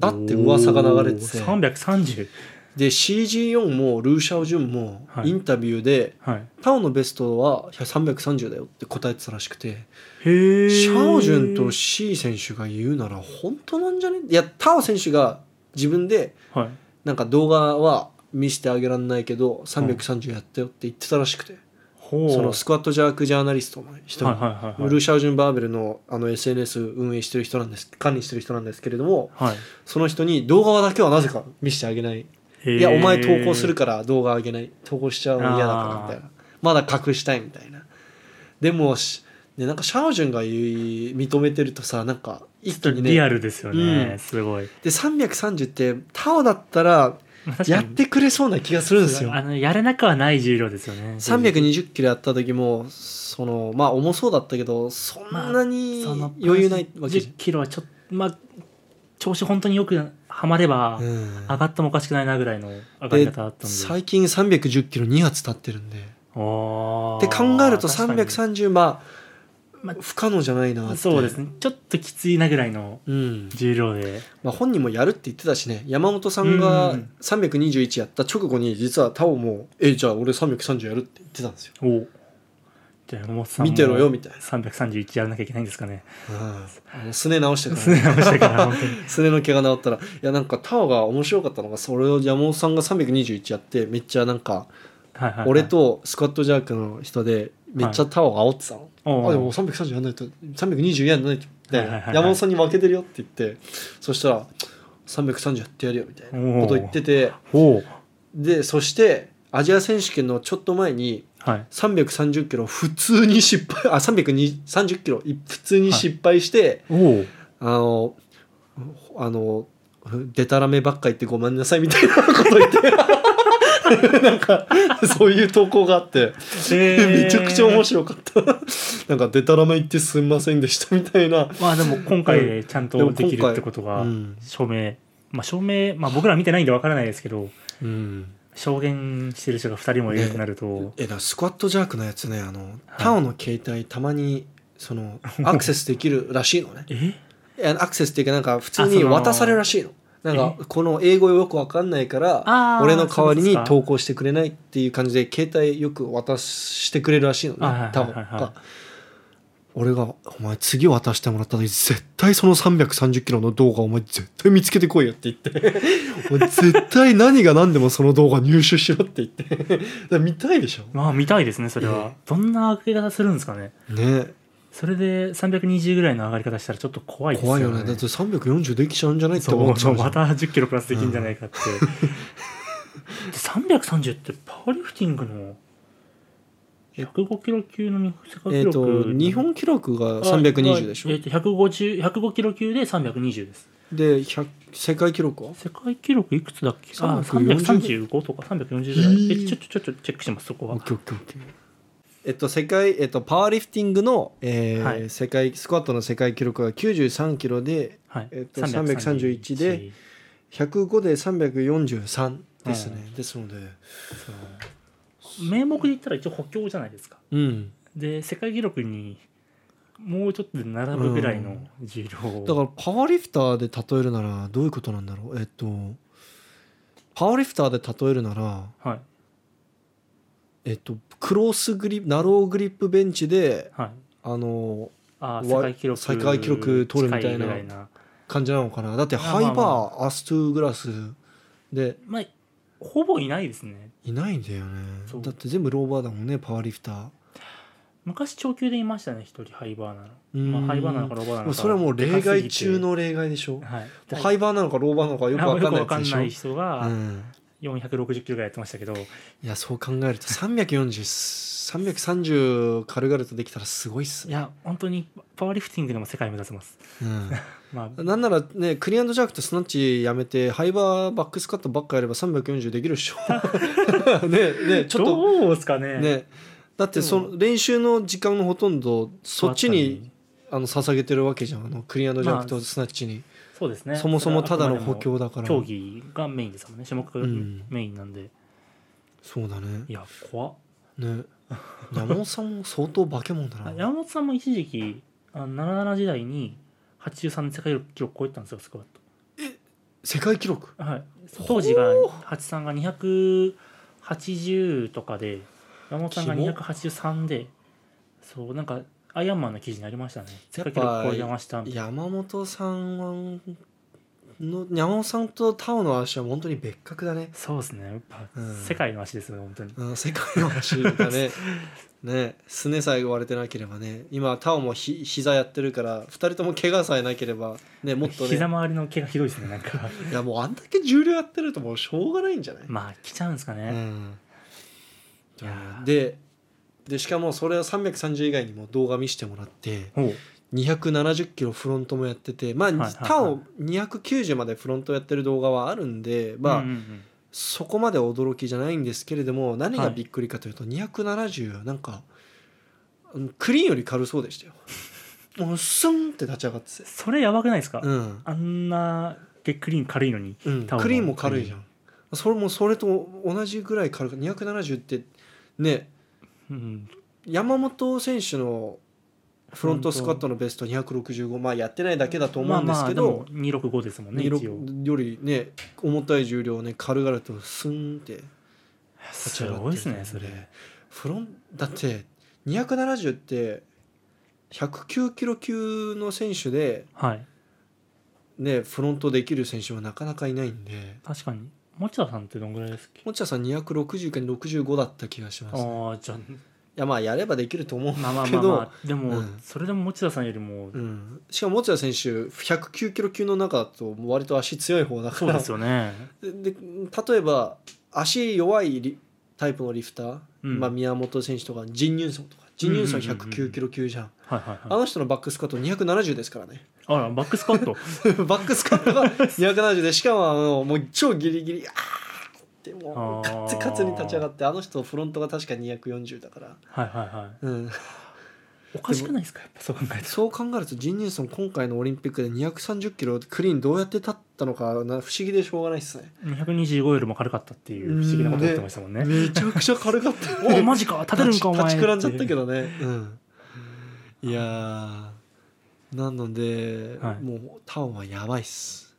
[SPEAKER 1] たって噂が流れてて
[SPEAKER 2] おー330
[SPEAKER 1] で CG4 もルーシャオジュンも
[SPEAKER 2] はい
[SPEAKER 1] インタビューで、
[SPEAKER 2] はい
[SPEAKER 1] タオのベストは330だよって答えてたらしくて。
[SPEAKER 2] へえ
[SPEAKER 1] シャオジュンと C 選手が言うなら本当なんじゃねいやタオ選手が自分で
[SPEAKER 2] はい
[SPEAKER 1] なんか動画は見せてあげらんないけど330やったよって言ってたらしくて、
[SPEAKER 2] ほう
[SPEAKER 1] そのスクワットジャークジャーナリストの人
[SPEAKER 2] はい
[SPEAKER 1] が、
[SPEAKER 2] はいはいはい
[SPEAKER 1] ルーシャオジュン・バーベルのあの SNS 運営してる人なんです管理してる人なんですけれども
[SPEAKER 2] はい
[SPEAKER 1] その人に動画だけはなぜか見せてあげない、
[SPEAKER 2] へー
[SPEAKER 1] いやお前投稿するから動画あげない投稿しちゃうの嫌だからみたいなまだ隠したいみたいなでもし、ね、なんかシャオジュンが言い認めてるとさなんか一
[SPEAKER 2] ちょ
[SPEAKER 1] 気
[SPEAKER 2] っと
[SPEAKER 1] に
[SPEAKER 2] リア
[SPEAKER 1] ね
[SPEAKER 2] ルですよね、
[SPEAKER 1] うん
[SPEAKER 2] すごい
[SPEAKER 1] で330ってタオだったら
[SPEAKER 2] まあ確か
[SPEAKER 1] やっ
[SPEAKER 2] に
[SPEAKER 1] てくれそうな気がするんですよ
[SPEAKER 2] あのやれなくはない重量ですよね
[SPEAKER 1] 320キロやった時もそのまあ重そうだったけどそんなに
[SPEAKER 2] その
[SPEAKER 1] 余裕ないわけじ
[SPEAKER 2] 10キロはちょっとまあ調子本当によくはまれば、
[SPEAKER 1] ゃん、うん
[SPEAKER 2] 上がってもおかしくないなぐらいの上がり方だったんで
[SPEAKER 1] 最近310キロ2発立ってるんで
[SPEAKER 2] お
[SPEAKER 1] で
[SPEAKER 2] ー
[SPEAKER 1] 考えると
[SPEAKER 2] 確かに
[SPEAKER 1] 330ま
[SPEAKER 2] ま
[SPEAKER 1] あ不可能じゃないなって
[SPEAKER 2] そうですねちょっときついなぐらいの
[SPEAKER 1] うん
[SPEAKER 2] 重量で
[SPEAKER 1] まあ、本人もやるって言ってたしね山本さんが
[SPEAKER 2] うん
[SPEAKER 1] 321やった直後に実はタオも「えじゃあ俺330やる」って言ってたんです よ
[SPEAKER 2] おじゃあ山本さんも
[SPEAKER 1] 見てろよみたいな、
[SPEAKER 2] 331やらなきゃいけないんですかね
[SPEAKER 1] あのすね直して
[SPEAKER 2] すね
[SPEAKER 1] か
[SPEAKER 2] 直してから本当に
[SPEAKER 1] らすねの毛が治ったらいやなんかタオが面白かったのがそれを山本さんが321やってめっちゃなんか
[SPEAKER 2] はいはいはい
[SPEAKER 1] 俺とスクワットジャークの人でめっちゃタオが煽ってたの、
[SPEAKER 2] おー
[SPEAKER 1] あでも330やんないと320やんないとみたい
[SPEAKER 2] はいは
[SPEAKER 1] ない
[SPEAKER 2] はいはい
[SPEAKER 1] 山本さんに負けてるよって言ってそしたら330やってやるよみたいなこと言ってて
[SPEAKER 2] おー
[SPEAKER 1] でそしてアジア選手権のちょっと前に
[SPEAKER 2] はい
[SPEAKER 1] 330キロ普通に失敗あ330キロい普通に失敗して、
[SPEAKER 2] おー
[SPEAKER 1] あのあのでたらめばっか言ってごめんなさいみたいなこと言って なんかそういう投稿があって
[SPEAKER 2] えー
[SPEAKER 1] めちゃくちゃ面白か ったなんかでたらめ言ってすみませんでしたみたいな、
[SPEAKER 2] まあでも今回でちゃん
[SPEAKER 1] でも
[SPEAKER 2] と
[SPEAKER 1] 今回
[SPEAKER 2] できるってことが
[SPEAKER 1] うん
[SPEAKER 2] 証明まあ証明まあ僕らは見てないんでわからないですけど
[SPEAKER 1] うん、
[SPEAKER 2] 証言してる人が2人もいるってなると
[SPEAKER 1] えだからスクワットジャークのやつねあの、
[SPEAKER 2] い
[SPEAKER 1] タオの携帯たまにそ のアクセスできるらしいのね
[SPEAKER 2] え
[SPEAKER 1] いやアクセスっていうかなんか普通
[SPEAKER 2] あ
[SPEAKER 1] に
[SPEAKER 2] その
[SPEAKER 1] 渡されるらしいのなんかこの英語よくわかんないから
[SPEAKER 2] あー
[SPEAKER 1] 俺の代わりに
[SPEAKER 2] そうですか
[SPEAKER 1] 投稿してくれないっていう感じで携帯よく渡してくれるらしいの
[SPEAKER 2] あは
[SPEAKER 1] ね
[SPEAKER 2] いはいはい
[SPEAKER 1] 多分
[SPEAKER 2] はい
[SPEAKER 1] が俺が「お前次渡してもらった時絶対その330キロの動画お前絶対見つけてこいよ」って言って 「お前絶対何が何でもその動画入手しろ」って言って だから見たいでしょ
[SPEAKER 2] まあ見たいですねそれはどんな上がり方するんですかね
[SPEAKER 1] ね
[SPEAKER 2] それで320ぐらいの上がり方したらちょっと怖いですよ
[SPEAKER 1] 怖い
[SPEAKER 2] ね
[SPEAKER 1] よねだって340できちゃうんじゃないって
[SPEAKER 2] そ
[SPEAKER 1] 思っ
[SPEAKER 2] う
[SPEAKER 1] ちゃ
[SPEAKER 2] そう
[SPEAKER 1] うじゃん
[SPEAKER 2] また1 0キロプラスできるんじゃないかって、 で330ってパワーリフティングの105キロ級の日本
[SPEAKER 1] え
[SPEAKER 2] 世界
[SPEAKER 1] っ
[SPEAKER 2] 記録
[SPEAKER 1] と日本記録が320でしょ
[SPEAKER 2] えっと150 105キロ級で320です
[SPEAKER 1] で100世界記録は
[SPEAKER 2] 世界記録いくつだっけあ
[SPEAKER 1] 340
[SPEAKER 2] 335とか340ぐら
[SPEAKER 1] へ
[SPEAKER 2] いえ
[SPEAKER 1] ー
[SPEAKER 2] ちょちょちょちょチェックしますそこは
[SPEAKER 1] オッケーオッケーオッケーえっと世界えっとパワーリフティングの、えー
[SPEAKER 2] はい
[SPEAKER 1] 世界スクワットの世界記録が93キロで
[SPEAKER 2] はい、
[SPEAKER 1] えっと331で105で343ですね、ですので
[SPEAKER 2] そう名目で言ったら一応補強じゃないですか
[SPEAKER 1] うん
[SPEAKER 2] で世界記録にもうちょっとで並ぶぐらいの重量を
[SPEAKER 1] だからパワーリフターで例えるならどういうことなんだろうえっとパワーリフターで例えるなら
[SPEAKER 2] はい
[SPEAKER 1] えっとクロスグリップナローグリップベンチで
[SPEAKER 2] はい
[SPEAKER 1] あの
[SPEAKER 2] あー
[SPEAKER 1] わ
[SPEAKER 2] 世界記録
[SPEAKER 1] 世界記録取るみたいな
[SPEAKER 2] 近ぐらな
[SPEAKER 1] 感じなのかなだって
[SPEAKER 2] まあ
[SPEAKER 1] ハイ
[SPEAKER 2] まあ
[SPEAKER 1] バー、
[SPEAKER 2] ま
[SPEAKER 1] アストゥーグラスで
[SPEAKER 2] まあほぼいないですね
[SPEAKER 1] いないんだよね
[SPEAKER 2] そう
[SPEAKER 1] だって全部ローバーだもんねパワーリフター
[SPEAKER 2] 昔長級でいましたね一人ハイバーな
[SPEAKER 1] う
[SPEAKER 2] の、
[SPEAKER 1] ん
[SPEAKER 2] まあ、ハイバーなのかローバーなの
[SPEAKER 1] も
[SPEAKER 2] か
[SPEAKER 1] うそれはもう例外中
[SPEAKER 2] で
[SPEAKER 1] の例外でしょ
[SPEAKER 2] かすぎて
[SPEAKER 1] も
[SPEAKER 2] はい
[SPEAKER 1] うハイバーなのかローバーなのかよく
[SPEAKER 2] あんま
[SPEAKER 1] わ
[SPEAKER 2] よ
[SPEAKER 1] か
[SPEAKER 2] くわか
[SPEAKER 1] んないや
[SPEAKER 2] ん
[SPEAKER 1] つ
[SPEAKER 2] ない
[SPEAKER 1] でし
[SPEAKER 2] 人
[SPEAKER 1] ょ、
[SPEAKER 2] が
[SPEAKER 1] うん、
[SPEAKER 2] 460キロぐらいやってましたけど、
[SPEAKER 1] いやそう考えると340330軽々とできたらすごいっす
[SPEAKER 2] い
[SPEAKER 1] ね、
[SPEAKER 2] や本当にパワーリフティングでも世界目指せます
[SPEAKER 1] う
[SPEAKER 2] まあ
[SPEAKER 1] ん、なんならねクリアンドジャークとスナッチやめてハイバーバックスカットばっかやれば340できるでしょ ねねちょっと
[SPEAKER 2] どうですかね
[SPEAKER 1] ねだってその練習の時間のほとんどそっちにあの捧げてるわけじゃんあのクリアンドジャークとスナッチに、
[SPEAKER 2] そうですね
[SPEAKER 1] そもそもただの補強
[SPEAKER 2] だ
[SPEAKER 1] だから
[SPEAKER 2] 競技がメインですもんね種目が
[SPEAKER 1] うん
[SPEAKER 2] メインなんで、
[SPEAKER 1] そうだね
[SPEAKER 2] いや怖っ
[SPEAKER 1] ね山本さんも相当化け物だな
[SPEAKER 2] あ山本さんも一時期あの77時代に83の世界記録超えてたんですよスクワット
[SPEAKER 1] 世界記録
[SPEAKER 2] はい、当時が83が280とかで山本さんが
[SPEAKER 1] キモ
[SPEAKER 2] 283でそうなんかアイアンマンの記事になりましたね世
[SPEAKER 1] やっぱ
[SPEAKER 2] 界記録超えてましたみたい
[SPEAKER 1] 山本さんはの山本さんとタオの足は本当に別格だね
[SPEAKER 2] なそうですねやっぱ、
[SPEAKER 1] うん
[SPEAKER 2] 世界の足ですよ本当に
[SPEAKER 1] あ世界の足だ ねねすねさえ割れてなければね今タオもひ膝やってるから2人とも怪我さえなければねもっとね
[SPEAKER 2] 膝周りの毛がひどいですねな んか
[SPEAKER 1] いやもうあんだけ重量やってるともうしょうがないんじゃない、
[SPEAKER 2] まあ来ちゃうんですか
[SPEAKER 1] う
[SPEAKER 2] ね、
[SPEAKER 1] ん
[SPEAKER 2] いやー
[SPEAKER 1] ででしかもそれを330以外にも動画見せてもらって
[SPEAKER 2] ほう
[SPEAKER 1] 270キロフロントもやっててまあ、
[SPEAKER 2] いはいはい
[SPEAKER 1] 他を290までフロントやってる動画はあるんでまあ、
[SPEAKER 2] うんうんうん
[SPEAKER 1] そこまで驚きじゃないんですけれども何がびっくりかというと、270なんかうんクリーンより軽そうで したよもうスンって立ち上がってて
[SPEAKER 2] それやばくないですか、
[SPEAKER 1] うん
[SPEAKER 2] あんなでクリーン軽いのに
[SPEAKER 1] うん、
[SPEAKER 2] タオル
[SPEAKER 1] クリーンも軽いじゃん、それもそれと同じぐらい軽く270ってね
[SPEAKER 2] うん
[SPEAKER 1] 山本選手のフロントスカットのベスト265まあやってないだけだと思うんですけど、
[SPEAKER 2] まあまあでも265ですもんね
[SPEAKER 1] ね
[SPEAKER 2] 一応
[SPEAKER 1] よりね重たい重量をね軽々とスンって立ち
[SPEAKER 2] す
[SPEAKER 1] 上がって
[SPEAKER 2] ごい
[SPEAKER 1] る
[SPEAKER 2] ですねそれ
[SPEAKER 1] フロンだって270って109キロ級の選手で
[SPEAKER 2] はい
[SPEAKER 1] ねフロントできる選手はなかなかいないんで
[SPEAKER 2] 確かに持田さんってどんぐらいですっけ
[SPEAKER 1] 持田さん260か65だった気がします、ね、
[SPEAKER 2] ああじゃあ
[SPEAKER 1] いやまあやればできると思うんだ
[SPEAKER 2] まあまあ
[SPEAKER 1] け
[SPEAKER 2] まあ、
[SPEAKER 1] ど、
[SPEAKER 2] まあ、でも、
[SPEAKER 1] うん
[SPEAKER 2] それでも持田さんよりも
[SPEAKER 1] うん、しかも持田選手109キロ級の中だと割と足強い方だか
[SPEAKER 2] そう
[SPEAKER 1] ら
[SPEAKER 2] ですよね
[SPEAKER 1] でで例えば足弱いリタイプのリフター、
[SPEAKER 2] うん
[SPEAKER 1] まあ、宮本選手とかジン・ニュンソンとかジン・ニュンソン
[SPEAKER 2] うんうんうんうん
[SPEAKER 1] 109キロ級じゃん,、
[SPEAKER 2] はいはい
[SPEAKER 1] あ
[SPEAKER 2] はい
[SPEAKER 1] の人のバックスカット270ですからね
[SPEAKER 2] あらバックスカット
[SPEAKER 1] バックスカットが270でしかもあのもう超ギリギリあーってもう
[SPEAKER 2] あー
[SPEAKER 1] カツカツに立ち上がってあの人フロントが確か240だから、
[SPEAKER 2] はいは いは
[SPEAKER 1] うん、
[SPEAKER 2] いおかしくないですかやっぱそう考えると
[SPEAKER 1] そう考えるとジン・ニューソン今回のオリンピックで230キロクリーンどうやって立ったのかな不思議でしょうがないっすね
[SPEAKER 2] 225よりも軽かったっていう不思議なことやってましたもんね
[SPEAKER 1] めちゃくちゃ軽かったよ
[SPEAKER 2] お
[SPEAKER 1] ね
[SPEAKER 2] おマジか立てるんかお前
[SPEAKER 1] 立ちくらんじゃったけ
[SPEAKER 2] ど
[SPEAKER 1] どね、うん、いやーなので、
[SPEAKER 2] はい
[SPEAKER 1] もうタオンはやばいっす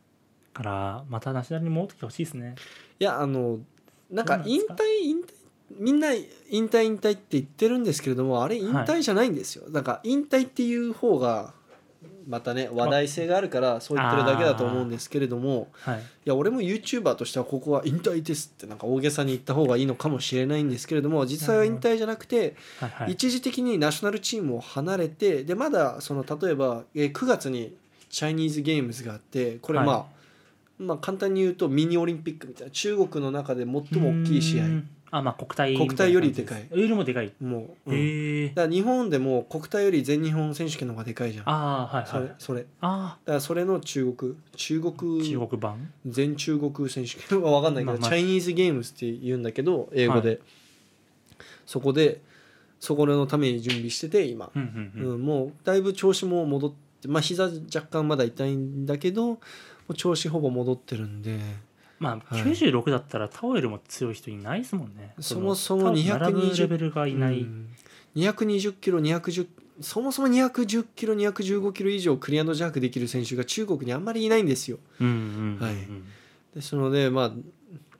[SPEAKER 2] からまたナショナルに戻ってきてほしいですね
[SPEAKER 1] いやあのなんか
[SPEAKER 2] どうなん
[SPEAKER 1] 引
[SPEAKER 2] です
[SPEAKER 1] 退
[SPEAKER 2] か
[SPEAKER 1] 引退みんな引退引退って言ってるんですけれどもあれ引
[SPEAKER 2] は
[SPEAKER 1] 退じゃないんですよ、なんか引退っていう方がまたね話題性があるからそう言ってるだけだと思うんですけれども
[SPEAKER 2] はい
[SPEAKER 1] いや俺も YouTuber としてはここは引退ですってなんか大げさに言った方がいいのかもしれないんですけれども実際は引退じゃなくて、
[SPEAKER 2] はいはい
[SPEAKER 1] 一時的にナショナルチームを離れてでまだその例えば、えー9月にチャイニーズゲームズがあってこれまあ、
[SPEAKER 2] は
[SPEAKER 1] まあ簡単に言うとミニオリンピックみたいな中国の中で最も大きい試合
[SPEAKER 2] うんあまあ国体
[SPEAKER 1] 国体よりでかい
[SPEAKER 2] よりもでかい
[SPEAKER 1] もう、うん
[SPEAKER 2] へえ
[SPEAKER 1] だから日本でも国体より全日本選手権の方がでかいじゃん
[SPEAKER 2] ああ
[SPEAKER 1] そ
[SPEAKER 2] はいは
[SPEAKER 1] れ
[SPEAKER 2] い
[SPEAKER 1] それだ
[SPEAKER 2] あ
[SPEAKER 1] からそれの中国中
[SPEAKER 2] あ
[SPEAKER 1] 国
[SPEAKER 2] 中国版
[SPEAKER 1] 全中国選手権は分かんないけど、
[SPEAKER 2] まあまあ
[SPEAKER 1] チャイニーズゲームズって言うんだけど英語で、そこでそこのために準備してて今
[SPEAKER 2] うんうんうん
[SPEAKER 1] うん、もうだいぶ調子も戻って、まあ膝若干まだ痛いんだけど、もう調子ほぼ戻ってるんで、
[SPEAKER 2] まあ、
[SPEAKER 1] はい
[SPEAKER 2] 96だったらタオよりも強い人いないですもんね
[SPEAKER 1] そもそも
[SPEAKER 2] のタオ
[SPEAKER 1] 220
[SPEAKER 2] 並ぶレベルがいない、
[SPEAKER 1] うん220キロ、210そもそも210キロ、215キロ以上クリアンドジャークできる選手が中国にあんまりいないんですよ。
[SPEAKER 2] うんうんうんうん
[SPEAKER 1] はいですので、まあ、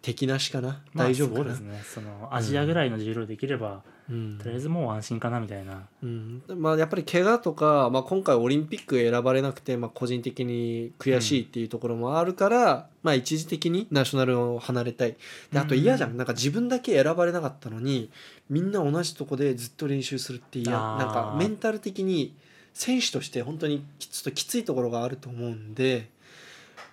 [SPEAKER 1] 敵なしかな、
[SPEAKER 2] まあ
[SPEAKER 1] 大丈夫か
[SPEAKER 2] そう
[SPEAKER 1] な。
[SPEAKER 2] ですねそのアジアぐらいの重量できれば、
[SPEAKER 1] うん
[SPEAKER 2] とりあえずもう安心かなみたいな
[SPEAKER 1] うんまあ、やっぱり怪我とか、まあ、今回オリンピック選ばれなくて、まあ、個人的に悔しいっていうところもあるから、まあ、一時的にナショナルを離れたいであと嫌じゃん、
[SPEAKER 2] う
[SPEAKER 1] なんか自分だけ選ばれなかったのにみんな同じとこでずっと練習するって嫌
[SPEAKER 2] あー
[SPEAKER 1] なんかメンタル的に選手として本当にきちょっときついところがあると思うんで、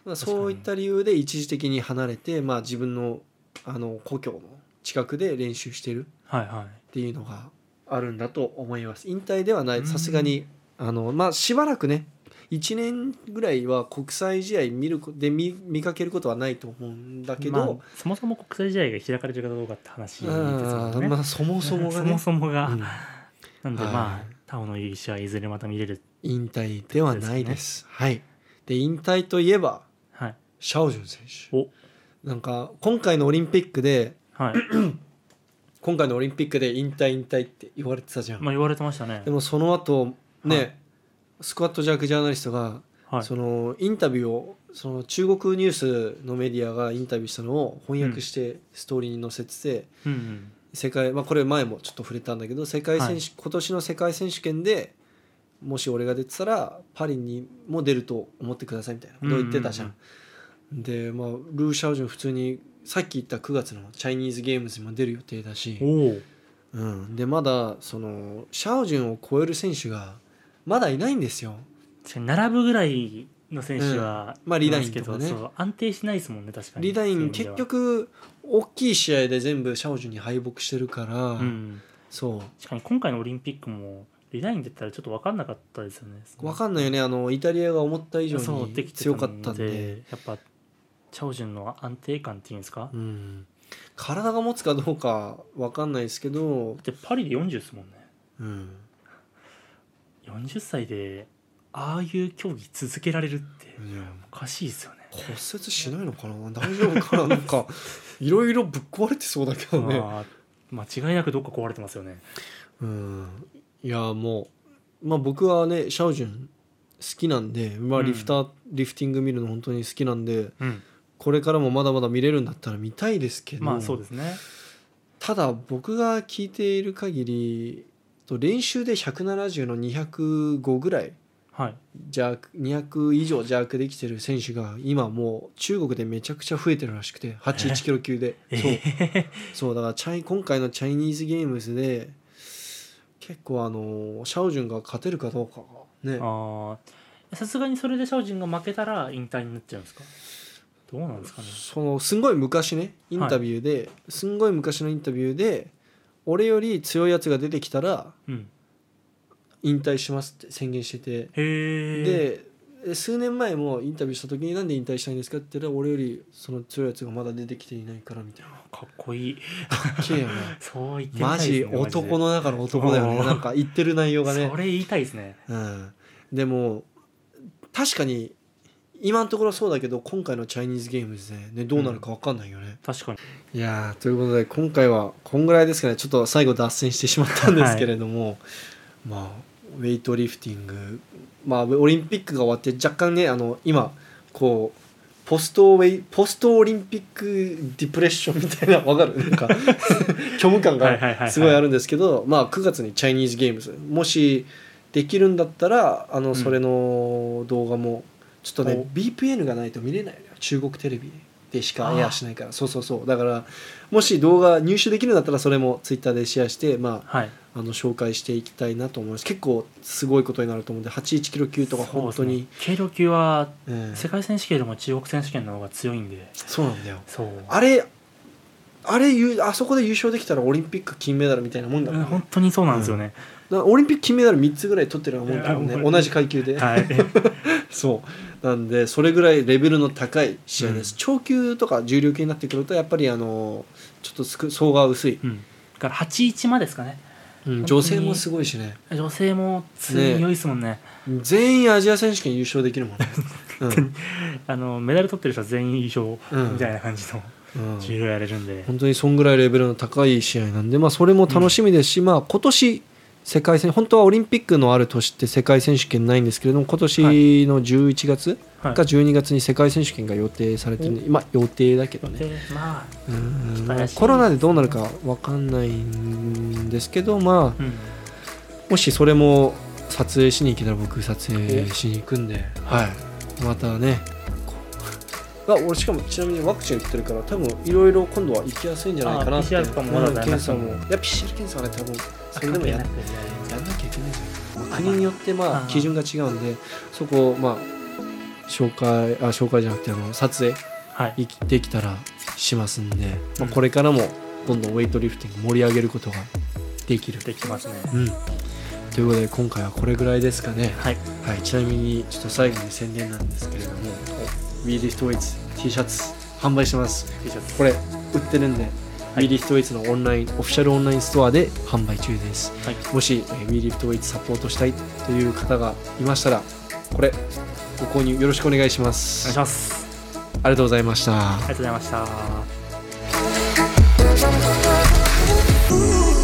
[SPEAKER 1] まあ、
[SPEAKER 2] 確かに
[SPEAKER 1] そういった理由で一時的に離れて、まあ、自分のあの故郷の近くで練習してる
[SPEAKER 2] はいはい
[SPEAKER 1] っていうのがあるんだと思います引退ではな
[SPEAKER 2] う
[SPEAKER 1] い
[SPEAKER 2] ん
[SPEAKER 1] さすがにあのまあしばらくね1年ぐらいは国際試合見るこで見見かけることはないと思うんだけど、
[SPEAKER 2] まあ、そもそも国際試合が開かれてるかどうかって話です
[SPEAKER 1] あ
[SPEAKER 2] もん
[SPEAKER 1] ー
[SPEAKER 2] ね、
[SPEAKER 1] まあそもそもがね
[SPEAKER 2] そもそもが、
[SPEAKER 1] うん
[SPEAKER 2] なんで
[SPEAKER 1] はい
[SPEAKER 2] まあタオのいい試合いずれまた見れる
[SPEAKER 1] 引退ではないですはいで引退といえば
[SPEAKER 2] はい
[SPEAKER 1] シャオジュン選手
[SPEAKER 2] お
[SPEAKER 1] なんか今回のオリンピックで
[SPEAKER 2] はい
[SPEAKER 1] 今回のオリンピックで引退引退って言われてたじゃん、
[SPEAKER 2] まあ言われてましたね
[SPEAKER 1] でもその後ね、
[SPEAKER 2] はい
[SPEAKER 1] スクワットジャークジャーナリストが
[SPEAKER 2] はい
[SPEAKER 1] そのインタビューをその中国ニュースのメディアがインタビューしたのを翻訳してストーリーに載せてて、
[SPEAKER 2] うんうん
[SPEAKER 1] 世界まあ、これ前もちょっと触れたんだけど世界選手、
[SPEAKER 2] はい
[SPEAKER 1] 今年の世界選手権でもし俺が出てたらパリにも出ると思ってくださいみたいなことを言ってたじゃん。
[SPEAKER 2] うん
[SPEAKER 1] で、まあ、ルー・シャオジュン普通にさっき言った9月のチャイニーズゲームズにも出る予定だし。
[SPEAKER 2] おお
[SPEAKER 1] うん、でまだそのシャオジュンを超える選手がまだいないんですよ。
[SPEAKER 2] 確かに並ぶぐらいの選手は、
[SPEAKER 1] うんまあリダインとかね
[SPEAKER 2] いますけどそう安定しないですもんね確かに
[SPEAKER 1] リダイン
[SPEAKER 2] そういう意味で
[SPEAKER 1] 結
[SPEAKER 2] は
[SPEAKER 1] 局大きい試合で全部シャオジュンに敗北してるから、
[SPEAKER 2] うん
[SPEAKER 1] そ
[SPEAKER 2] 確かに今回のオリンピックもリダイン出たらちょっと分かんなかったですよね
[SPEAKER 1] う分かんないよねあのイタリアが思った以上
[SPEAKER 2] そうで
[SPEAKER 1] に
[SPEAKER 2] きて
[SPEAKER 1] 強かったん
[SPEAKER 2] の
[SPEAKER 1] で
[SPEAKER 2] やっぱチャオジュンの安定感っていうんですか、
[SPEAKER 1] う
[SPEAKER 2] だ
[SPEAKER 1] ん、体が持つかどうか分かんないですけど、
[SPEAKER 2] ってパリで40ですもんね
[SPEAKER 1] うん、
[SPEAKER 2] 40歳でああいう競技続けられるって
[SPEAKER 1] いや
[SPEAKER 2] おかしいですよね
[SPEAKER 1] 骨折しないのかな大丈夫か ななんかいろいろぶっ壊れてそうだけどね。
[SPEAKER 2] まあ間違いなくどっか壊れてますよね
[SPEAKER 1] うん、いやもう、まあ、僕はねシャオジュン好きなんで、まあ、
[SPEAKER 2] うん
[SPEAKER 1] リフター、リフティング見るの本当に好きなんで。
[SPEAKER 2] うん
[SPEAKER 1] これからもまだまだ見れるんだったら見たいですけど、
[SPEAKER 2] まあそうですね
[SPEAKER 1] ただ僕が聞いている限りと練習で170の205ぐらい
[SPEAKER 2] はい
[SPEAKER 1] 弱200以上弱できてる選手が今もう中国でめちゃくちゃ増えてるらしくて81キロ級で、
[SPEAKER 2] ええ
[SPEAKER 1] そうそうだからチャイ今回のチャイニーズゲームズで結構あのシャオジュンが勝てるかどうかがね
[SPEAKER 2] ああさすがにそれでシャオジュンが負けたら引退になっちゃうんですかどうなんですかね
[SPEAKER 1] そのすんごい昔ねインタビューで、すんごい昔のインタビューで俺より強いやつが出てきたら
[SPEAKER 2] うん
[SPEAKER 1] 引退しますって宣言してて、
[SPEAKER 2] へえ
[SPEAKER 1] でえ数年前もインタビューした時に「なんで引退したいんですか?」って言ったら「俺よりその強いやつがまだ出てきていないから」みたい な
[SPEAKER 2] かっこいい
[SPEAKER 1] けえよね
[SPEAKER 2] そう言ってみた
[SPEAKER 1] マ
[SPEAKER 2] いですね
[SPEAKER 1] ジ男の中の男だよね
[SPEAKER 2] おー
[SPEAKER 1] なんか言ってる内容がね
[SPEAKER 2] それ言いたいですね
[SPEAKER 1] うん、でも確かに今のところそうだけど今回のチャイニーズゲームズで、ね、どうなるか分かんないよね、
[SPEAKER 2] 確かに
[SPEAKER 1] いやーということで今回はこんぐらいですかねちょっと最後脱線してしまったんですけれども、まあウェイトリフティングまあオリンピックが終わって若干ねあの今こうポストウェイポストオリンピックディプレッションみたいな わかるなんか 虚無感
[SPEAKER 2] はいはいはいは
[SPEAKER 1] が
[SPEAKER 2] い
[SPEAKER 1] すごいあるんですけどまあ9月にチャイニーズゲームズもしできるんだったらあの
[SPEAKER 2] ん
[SPEAKER 1] それの動画もちょっとね
[SPEAKER 2] お
[SPEAKER 1] BPN がないと見れないのよ中国テレビでしかエアしないからそうそうそうだからもし動画入手できるんだったらそれもツイッターでシェアして、まあ、
[SPEAKER 2] はい
[SPEAKER 1] あの紹介していきたいなと思います結構すごいことになると思うんで81キロ級とか本当に
[SPEAKER 2] そうですね軽量級は
[SPEAKER 1] そう,、ん、
[SPEAKER 2] 世界選手権よりも中国選手権の方が強いんで
[SPEAKER 1] そうなんだよ
[SPEAKER 2] そう
[SPEAKER 1] あれあれゆあそこで優勝できたらオリンピック金メダルみたいなもんだ
[SPEAKER 2] う
[SPEAKER 1] もん
[SPEAKER 2] ん
[SPEAKER 1] ね、だ
[SPEAKER 2] 本当にそうなんですよね、
[SPEAKER 1] からオリンピック金メダル3つぐらい取ってるようなもんだもん
[SPEAKER 2] い
[SPEAKER 1] ね
[SPEAKER 2] や
[SPEAKER 1] 同じ階級で、
[SPEAKER 2] はい
[SPEAKER 1] そうなんでそれぐらいレベルの高い試合です、
[SPEAKER 2] うん
[SPEAKER 1] 長級とか重量級になってくるとやっぱりあのちょっとすく層が薄い、
[SPEAKER 2] うんだから81までですかね
[SPEAKER 1] うん女性もすごいしね
[SPEAKER 2] 女性も強いですもんね
[SPEAKER 1] 全員アジア選手権優勝できる もんね、
[SPEAKER 2] あのメダル取ってる人は全員優勝
[SPEAKER 1] うん
[SPEAKER 2] みたいな感じの
[SPEAKER 1] うんうん
[SPEAKER 2] 重量やれるんで、
[SPEAKER 1] 本当にそんぐらいレベルの高い試合なんで、まあ、それも楽しみですし、まあ、今年世界戦本当はオリンピックのある年って世界選手権ないんですけれども今年の11月
[SPEAKER 2] はい
[SPEAKER 1] が12月に世界選手権が予定されてるんでまあ予定だけどね
[SPEAKER 2] でまあ、
[SPEAKER 1] うん
[SPEAKER 2] 素晴らしい
[SPEAKER 1] コロナでどうなるかわかんないんですけどまあ
[SPEAKER 2] うん、
[SPEAKER 1] もしそれも撮影しに行けたら僕撮影しに行くんで、はい、またねこうあ俺しかもちなみにワクチン打ってるから多分いろいろ今度は行きやすいんじゃないかなって
[SPEAKER 2] あ PCR とかもまだ
[SPEAKER 1] うん
[SPEAKER 2] だよね
[SPEAKER 1] 検査もいや PCR 検査はね多分それでもやっやんなきゃいけないですよ、まあ国によってま
[SPEAKER 2] あ
[SPEAKER 1] あ基準が違うんでそこをまあ紹介あ紹介じゃなくてあの撮影
[SPEAKER 2] はい
[SPEAKER 1] いきできたらしますんで、
[SPEAKER 2] う
[SPEAKER 1] ま
[SPEAKER 2] ん
[SPEAKER 1] あ、これからもどんどんウェイトリフティング盛り上げることができる、
[SPEAKER 2] できますね
[SPEAKER 1] うん、ということで今回はこれぐらいですかね、
[SPEAKER 2] はい
[SPEAKER 1] はい、ちなみにちょっと最後に宣伝なんですけれども「WeLiftWeights」T シャツ販売してますこれ売ってるんで、
[SPEAKER 2] はい
[SPEAKER 1] WeLiftWeights のオンラインオフィシャルオンラインストアで販売中です
[SPEAKER 2] はい
[SPEAKER 1] もし、えー、WeLiftWeights サポートしたいという方がいましたらこれご購入よろしくお願いしま
[SPEAKER 2] お願い
[SPEAKER 1] す
[SPEAKER 2] します
[SPEAKER 1] ありがとうございました
[SPEAKER 2] ありがとうございました
[SPEAKER 4] Ooh.